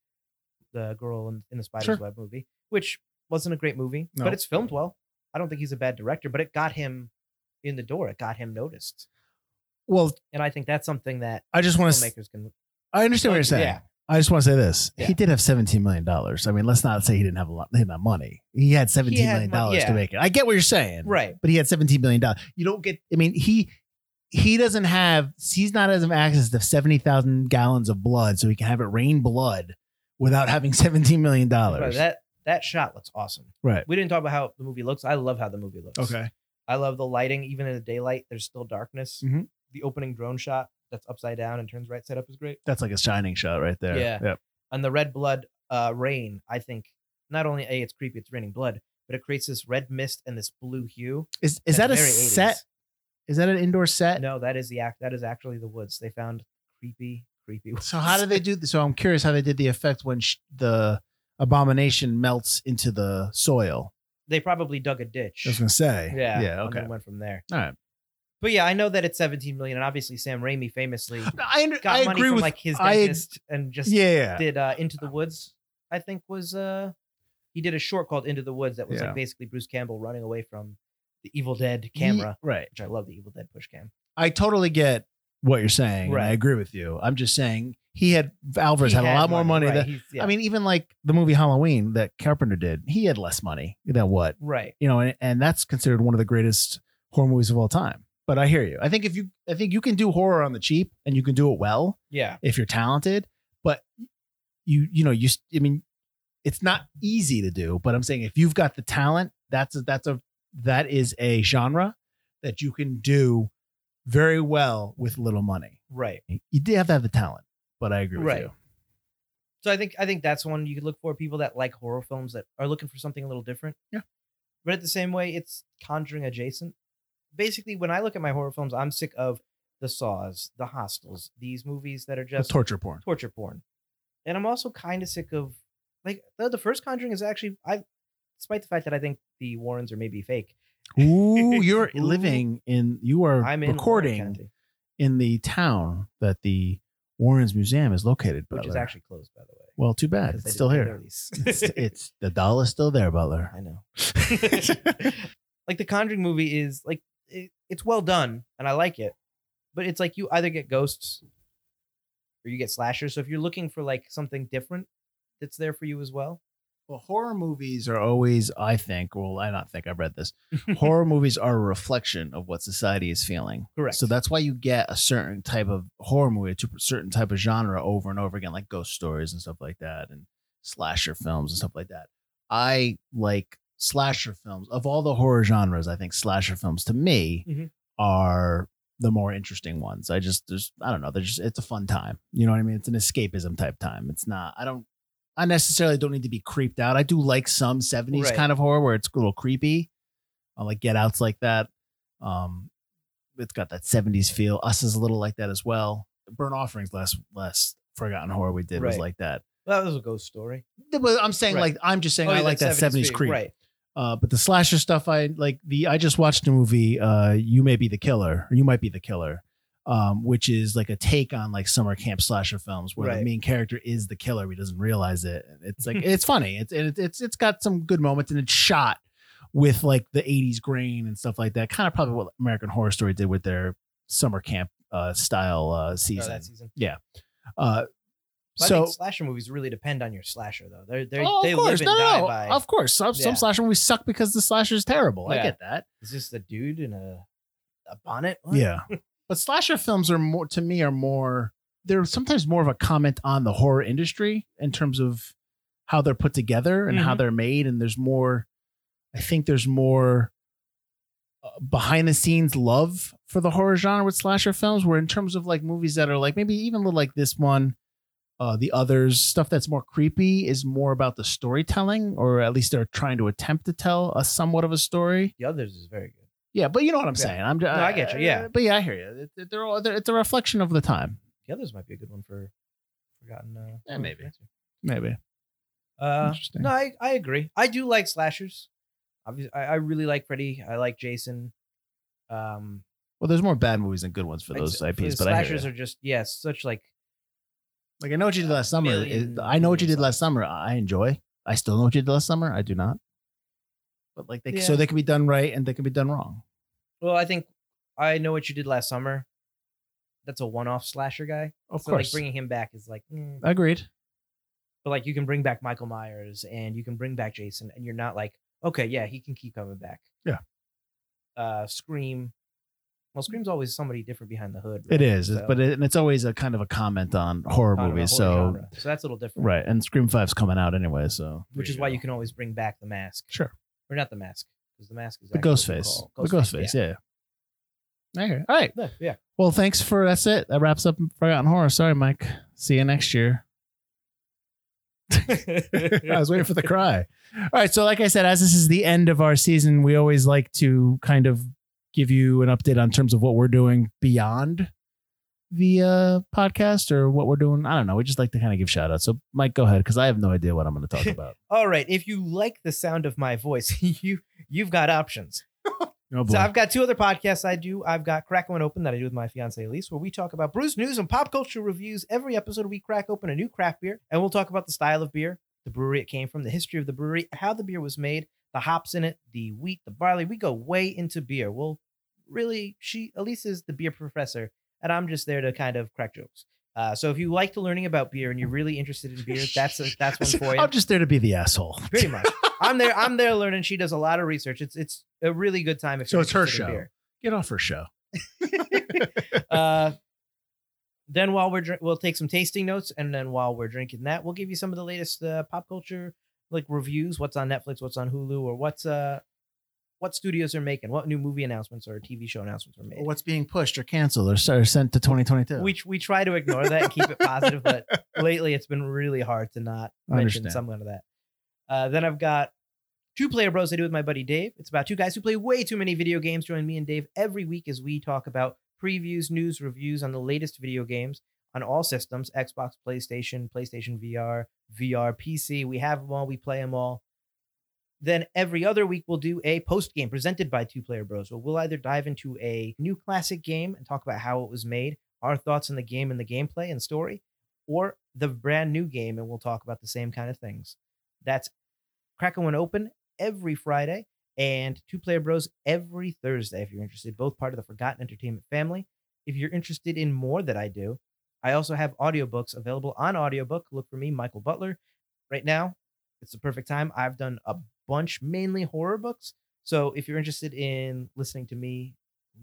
the Girl in, in the Spider's
Sure.
Web movie, which wasn't a great movie,
No.
but it's filmed well. I don't think he's a bad director, but it got him in the door. It got him noticed,
Well,
and I think that's something that
I just want to.
filmmakers can.
I understand what you're saying.
Yeah,
I just want to say this. He
Yeah.
did have $17 million. I mean, let's not say he didn't have a lot, he didn't have money. He had seventeen
He had
million
mon-
dollars
yeah.
to make it. I get what you're saying.
right.
But he had $17 million. You don't get, I mean, he. He doesn't have. He's not as access to seventy thousand gallons of blood, so he can have it rain blood without having seventeen million
But
dollars.
That that shot looks awesome.
Right.
We didn't talk about how the movie looks. I love how the movie looks. I love the lighting, even in the daylight. There's still darkness.
Mhm.
The opening drone shot that's upside down and turns right side up is great.
That's like a shining shot right there.
Yeah.
Yep.
And the red blood uh, rain, I think not only a it's creepy, it's raining blood, but it creates this red mist and this blue hue.
Is is that
That's
a
very
set?
80s.
Is that an indoor set?
No, that is the act. That is actually the woods. They found creepy, creepy.
So how did they do? th- So I'm curious how they did the effect when sh- the abomination melts into the soil.
They probably dug a ditch.
say.
yeah.
Yeah.
and
Okay.
then went from there.
All right.
But yeah, I know that it's 17 million, and obviously Sam Raimi famously
No, I, under-
got
I
money
agree
from
with
like his
I-
dentist and just
yeah, yeah.
did uh Into the Woods, I think was uh he did a short called Into the Woods that was
[laughs] Yeah.
like basically Bruce Campbell running away from the Evil Dead
Ye-
camera,
right.
which I love the Evil Dead push cam.
I totally get what you're saying. and I
Right.
agree with you. I'm just saying he had Alvarez
He
had, a
had
lot more money.
right,
than,
he's- yeah,
I mean, even like the movie Halloween that Carpenter did, he had less money than what
right.
you know, and, and that's considered one of the greatest horror movies of all time. But I hear you. I think if you, I think you can do horror on the cheap, and you can do it well
Yeah.
if you're talented. But you, you know, you, s- I mean, it's not easy to do. But I'm saying if you've got the talent, that's a, that's a that is a genre that you can do very well with little money.
Right.
You do have to have the talent. But I agree with
Right.
you.
So I think I think that's one you could look for people that like horror films that are looking for something a little different.
Yeah.
But at the same way, it's conjuring adjacent. Basically, when I look at my horror films, I'm sick of the saws, the hostels, these movies that are
That's
just
torture
[laughs]
porn.
torture porn. And I'm also kind of sick of like the, the first Conjuring is actually I, despite the fact that I think the Warrens are maybe fake.
Ooh, you're
Ooh.
living in. You are
I'm in Warren
recording.
County,
in the town that the Warren's Museum is located, Butler.
which is actually closed by the way.
well, too bad.
because they
It's still
didn't pay their
here.
lease. [laughs]
it's, it's the doll is still there, Butler. [laughs]
I know. like the Conjuring movie is like it, it's well done and I like it, but it's like you either get ghosts or you get slashers. So if you're looking for like something different, that's there for you as well.
Well, horror movies are always, I think, well, I not think I've read this. horror movies are a reflection of what society is feeling.
Correct.
So that's why you get a certain type of horror movie, to a certain type of genre over and over again, like ghost stories and stuff like that, and slasher films and stuff like that. I like slasher films. Of all the horror genres, I think slasher films to me
Mhm.
are the more interesting ones. I just there's I don't know. They're just it's a fun time. You know what I mean? It's an escapism type time. It's not. I don't. I necessarily don't need to be creeped out. I do like some '70s
Right.
kind of horror where it's a little creepy. I like Get Out's like that. Um, it's got that '70s feel. Us is a little like that as well. Burn Offerings last last Forgotten Horror we did was
Right.
like that.
That was a ghost story.
But I'm saying
Right.
like I'm just saying
Oh,
I
yeah,
like that '70s,
feel,
creep.
Right.
Uh, but the slasher stuff, I like the. I just watched a movie. Uh, you may be the killer, or you might be the killer, um, which is like a take on like summer camp slasher films, where the
Right.
main character is the killer. He doesn't realize it.
[laughs]
It's like it's funny. It's and it's it's got some good moments, and it's shot with like the '80s grain and stuff like that. Kind of probably what American Horror Story did with their summer camp uh, style uh,
Oh,
season.
that season.
uh,
But I
so
think slasher movies really depend on your slasher, though. They're, they're,
Oh,
they live and die by.
Of course, some,
Yeah.
some slasher movies suck because the slasher is terrible. I
Yeah.
get that.
Is this the dude in a, a bonnet? What?
but slasher films are more to me are more they're sometimes more of a comment on the horror industry in terms of how they're put together and how they're made and there's more i think there's more uh, behind the scenes love for the horror genre with slasher films where in terms of like movies that are like maybe even a little like this one uh the others stuff that's more creepy is more about the storytelling or at least they're trying to attempt to tell a somewhat of a story
The others is very good.
yeah, but you know what I'm
Yeah.
saying. I'm. uh,
I get you, yeah.
but yeah, I hear you. It- it- They're all. They're, it's a reflection of the time.
The others might be a good one for forgotten. Uh,
Yeah, maybe. Maybe.
Uh,
Interesting.
no, I, I agree. I do like slashers. Obviously, I, I really like Freddy. I like Jason. Um,
Well, there's more bad movies than good ones for
I'd
those
say-
IPs,
the
but I hear
slashers
you.
are just yeah, such like
like I know what you did last summer. is-
million
I know what you did
movies.
last summer. I enjoy. I still know what you did last summer. I do not. But like they, so
Yeah.
they can be done right and they can be done wrong.
well, I think I know what you did last summer. That's a one-off slasher guy.
Of
so like
course.
bringing him back is like, mm.
Agreed.
but like you can bring back Michael Myers and you can bring back Jason, and you're not like, okay, yeah, he can keep coming back.
Yeah.
Uh, Scream. Well, Scream's always somebody different behind the hood.
It
right?
is,
So-
It's but it, and it's always a kind of a comment on horror
on a
movies.
horror
so
genre. so that's a little different,
right, and Scream Five's coming out anyway, so
Which is why you can always bring back the mask,
sure
or not the mask, because the mask is
the
actually what
ghost
they
face,
call-
the ghost face, yeah. I hear. you. All right.
yeah. yeah.
Well, thanks for that's it. That wraps up Forgotten Horror. Sorry, Mike. See you next year. [laughs] I was waiting for the cry. All right. So, like I said, as this is the end of our season, we always like to kind of give you an update on terms of what we're doing beyond the uh, podcast or what we're doing. I don't know. We just like to kind of give shout outs. So, Mike, go ahead because I have no idea what I'm going to
[laughs]
talk about.
[laughs] All right, if you like the sound of my voice, [laughs] you you've got options.
No
So I've got two other podcasts I do. I've got Crack One Open that I do with my fiance Elise, where we talk about brews, news, and pop culture reviews. Every episode, we crack open a new craft beer, and we'll talk about the style of beer, the brewery it came from, the history of the brewery, how the beer was made, the hops in it, the wheat, the barley. We go way into beer. We'll really, she Elise is the beer professor, and I'm just there to kind of crack jokes. Uh, so if you like to learning about beer and you're really interested in beer, that's
[laughs]
a, that's one for you
I'm just there to be the asshole.
pretty much. I'm there. I'm there learning. She does a lot of research. It's it's a really good time. If
So
you're
it's her
interested in
show.
beer.
Get off her show.
Uh, then while we're drink, we'll take some tasting notes, and then while we're drinking that, we'll give you some of the latest uh, pop culture like reviews. What's on Netflix? What's on Hulu? Or what's uh, what studios are making? What new movie announcements or TV show announcements are made?
What's being pushed or canceled or, or sent to 2022?
We we try to ignore that and keep it positive, but lately it's been really hard to not
I
mention
understand.
someone of that. Uh, then I've got two player bros I do with my buddy Dave. It's about two guys who play way too many video games. Join me and Dave every week as we talk about previews, news, reviews on the latest video games on all systems: Xbox, PlayStation, PlayStation VR, VR, PC. We have them all. We play them all. Then every other week we'll do a post game presented by Two Player Bros. Where we'll either dive into a new classic game and talk about how it was made, our thoughts on the game and the gameplay and story, or the brand new game, and we'll talk about the same kind of things. That's Kraken One Open every Friday and Two Player Bros every Thursday if you're interested, both part of the Forgotten Entertainment family. If you're interested in more that I do, I also have audiobooks available on audiobook. Look for me, Michael Butler. Right now, it's the perfect time. I've done a bunch, mainly horror books. So if you're interested in listening to me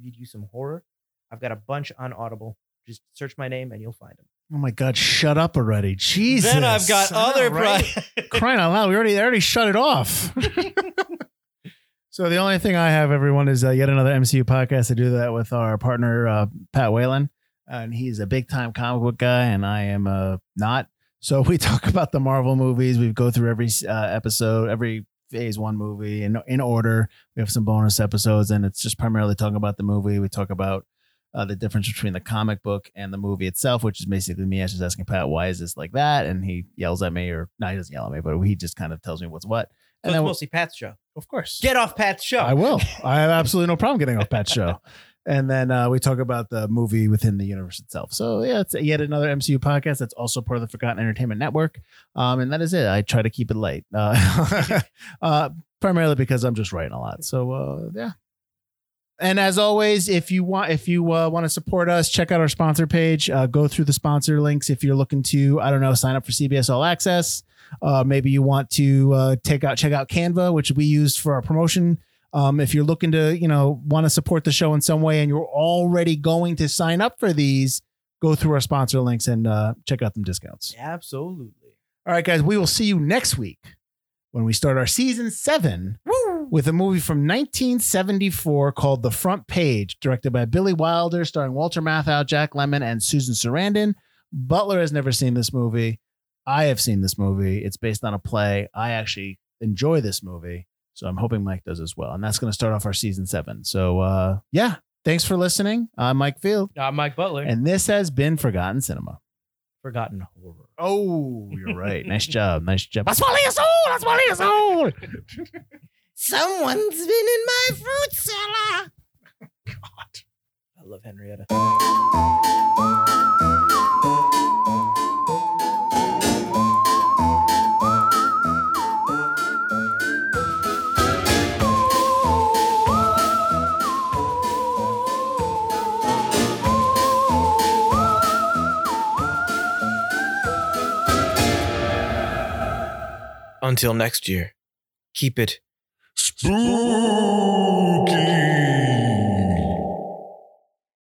read you some horror, I've got a bunch on Audible. Just search my name and you'll find them.
Oh my God! Shut up already, Jesus!
Then I've got
I know,
other
right?
pri- [laughs]
[laughs] crying out loud. We already they already shut it off. [laughs] so the only thing I have, everyone, is uh, yet another MCU podcast. I do that with our partner uh, Pat Whalen, and he's a big time comic book guy, and I am uh, not. So we [laughs] talk about the Marvel movies. We go through every uh, episode, every phase one movie in in order. We have some bonus episodes, and it's just primarily talking about the movie. We talk about uh, the difference between the comic book and the movie itself, which is basically me just asking Pat, why is this like that? And he yells at me, or no, he doesn't yell at me, but he just kind of tells me what's what.
So
And I-
it's mostly Pat's show.
Of course.
Get off Pat's show.
I will. I have absolutely no problem getting off Pat's show. And then uh, we talk about the movie within the universe itself. So yeah, it's yet another MCU podcast that's also part of the Forgotten Entertainment Network. Um, and that is it. I try to keep it light, uh, [laughs] uh, primarily because I'm just writing a lot. So uh, yeah. And as always, if you want, if you uh, want to support us, check out our sponsor page. Uh, go through the sponsor links if you're looking to, I don't know, sign up for CBS All Access. Uh, maybe you want to uh, take out check out Canva, which we used for our promotion. Um, if you're looking to, you know, want to support the show in some way and you're already going to sign up for these, go through our sponsor links and uh, check out them discounts.
Absolutely.
All right, guys, we will see you next week when we start our season seven with a movie from 1974 called The Front Page, directed by Billy Wilder, starring Walter Matthau, Jack Lemon, and Susan Sarandon. Butler has never seen this movie. I have seen this movie. It's based on a play. I actually enjoy this movie. So I'm hoping Mike does as well. And that's going to start off our season seven. So, uh, yeah, thanks for listening. I'm Mike Field,
I'm Mike Butler.
and this has been Forgotten Cinema.
Forgotten Horror.
Oh, you're right. nice job. Nice job. I swallow your soul. I swallow your soul.
[laughs] Someone's been in my fruit cellar.
I love Henrietta. Until next year, keep it
Spooky.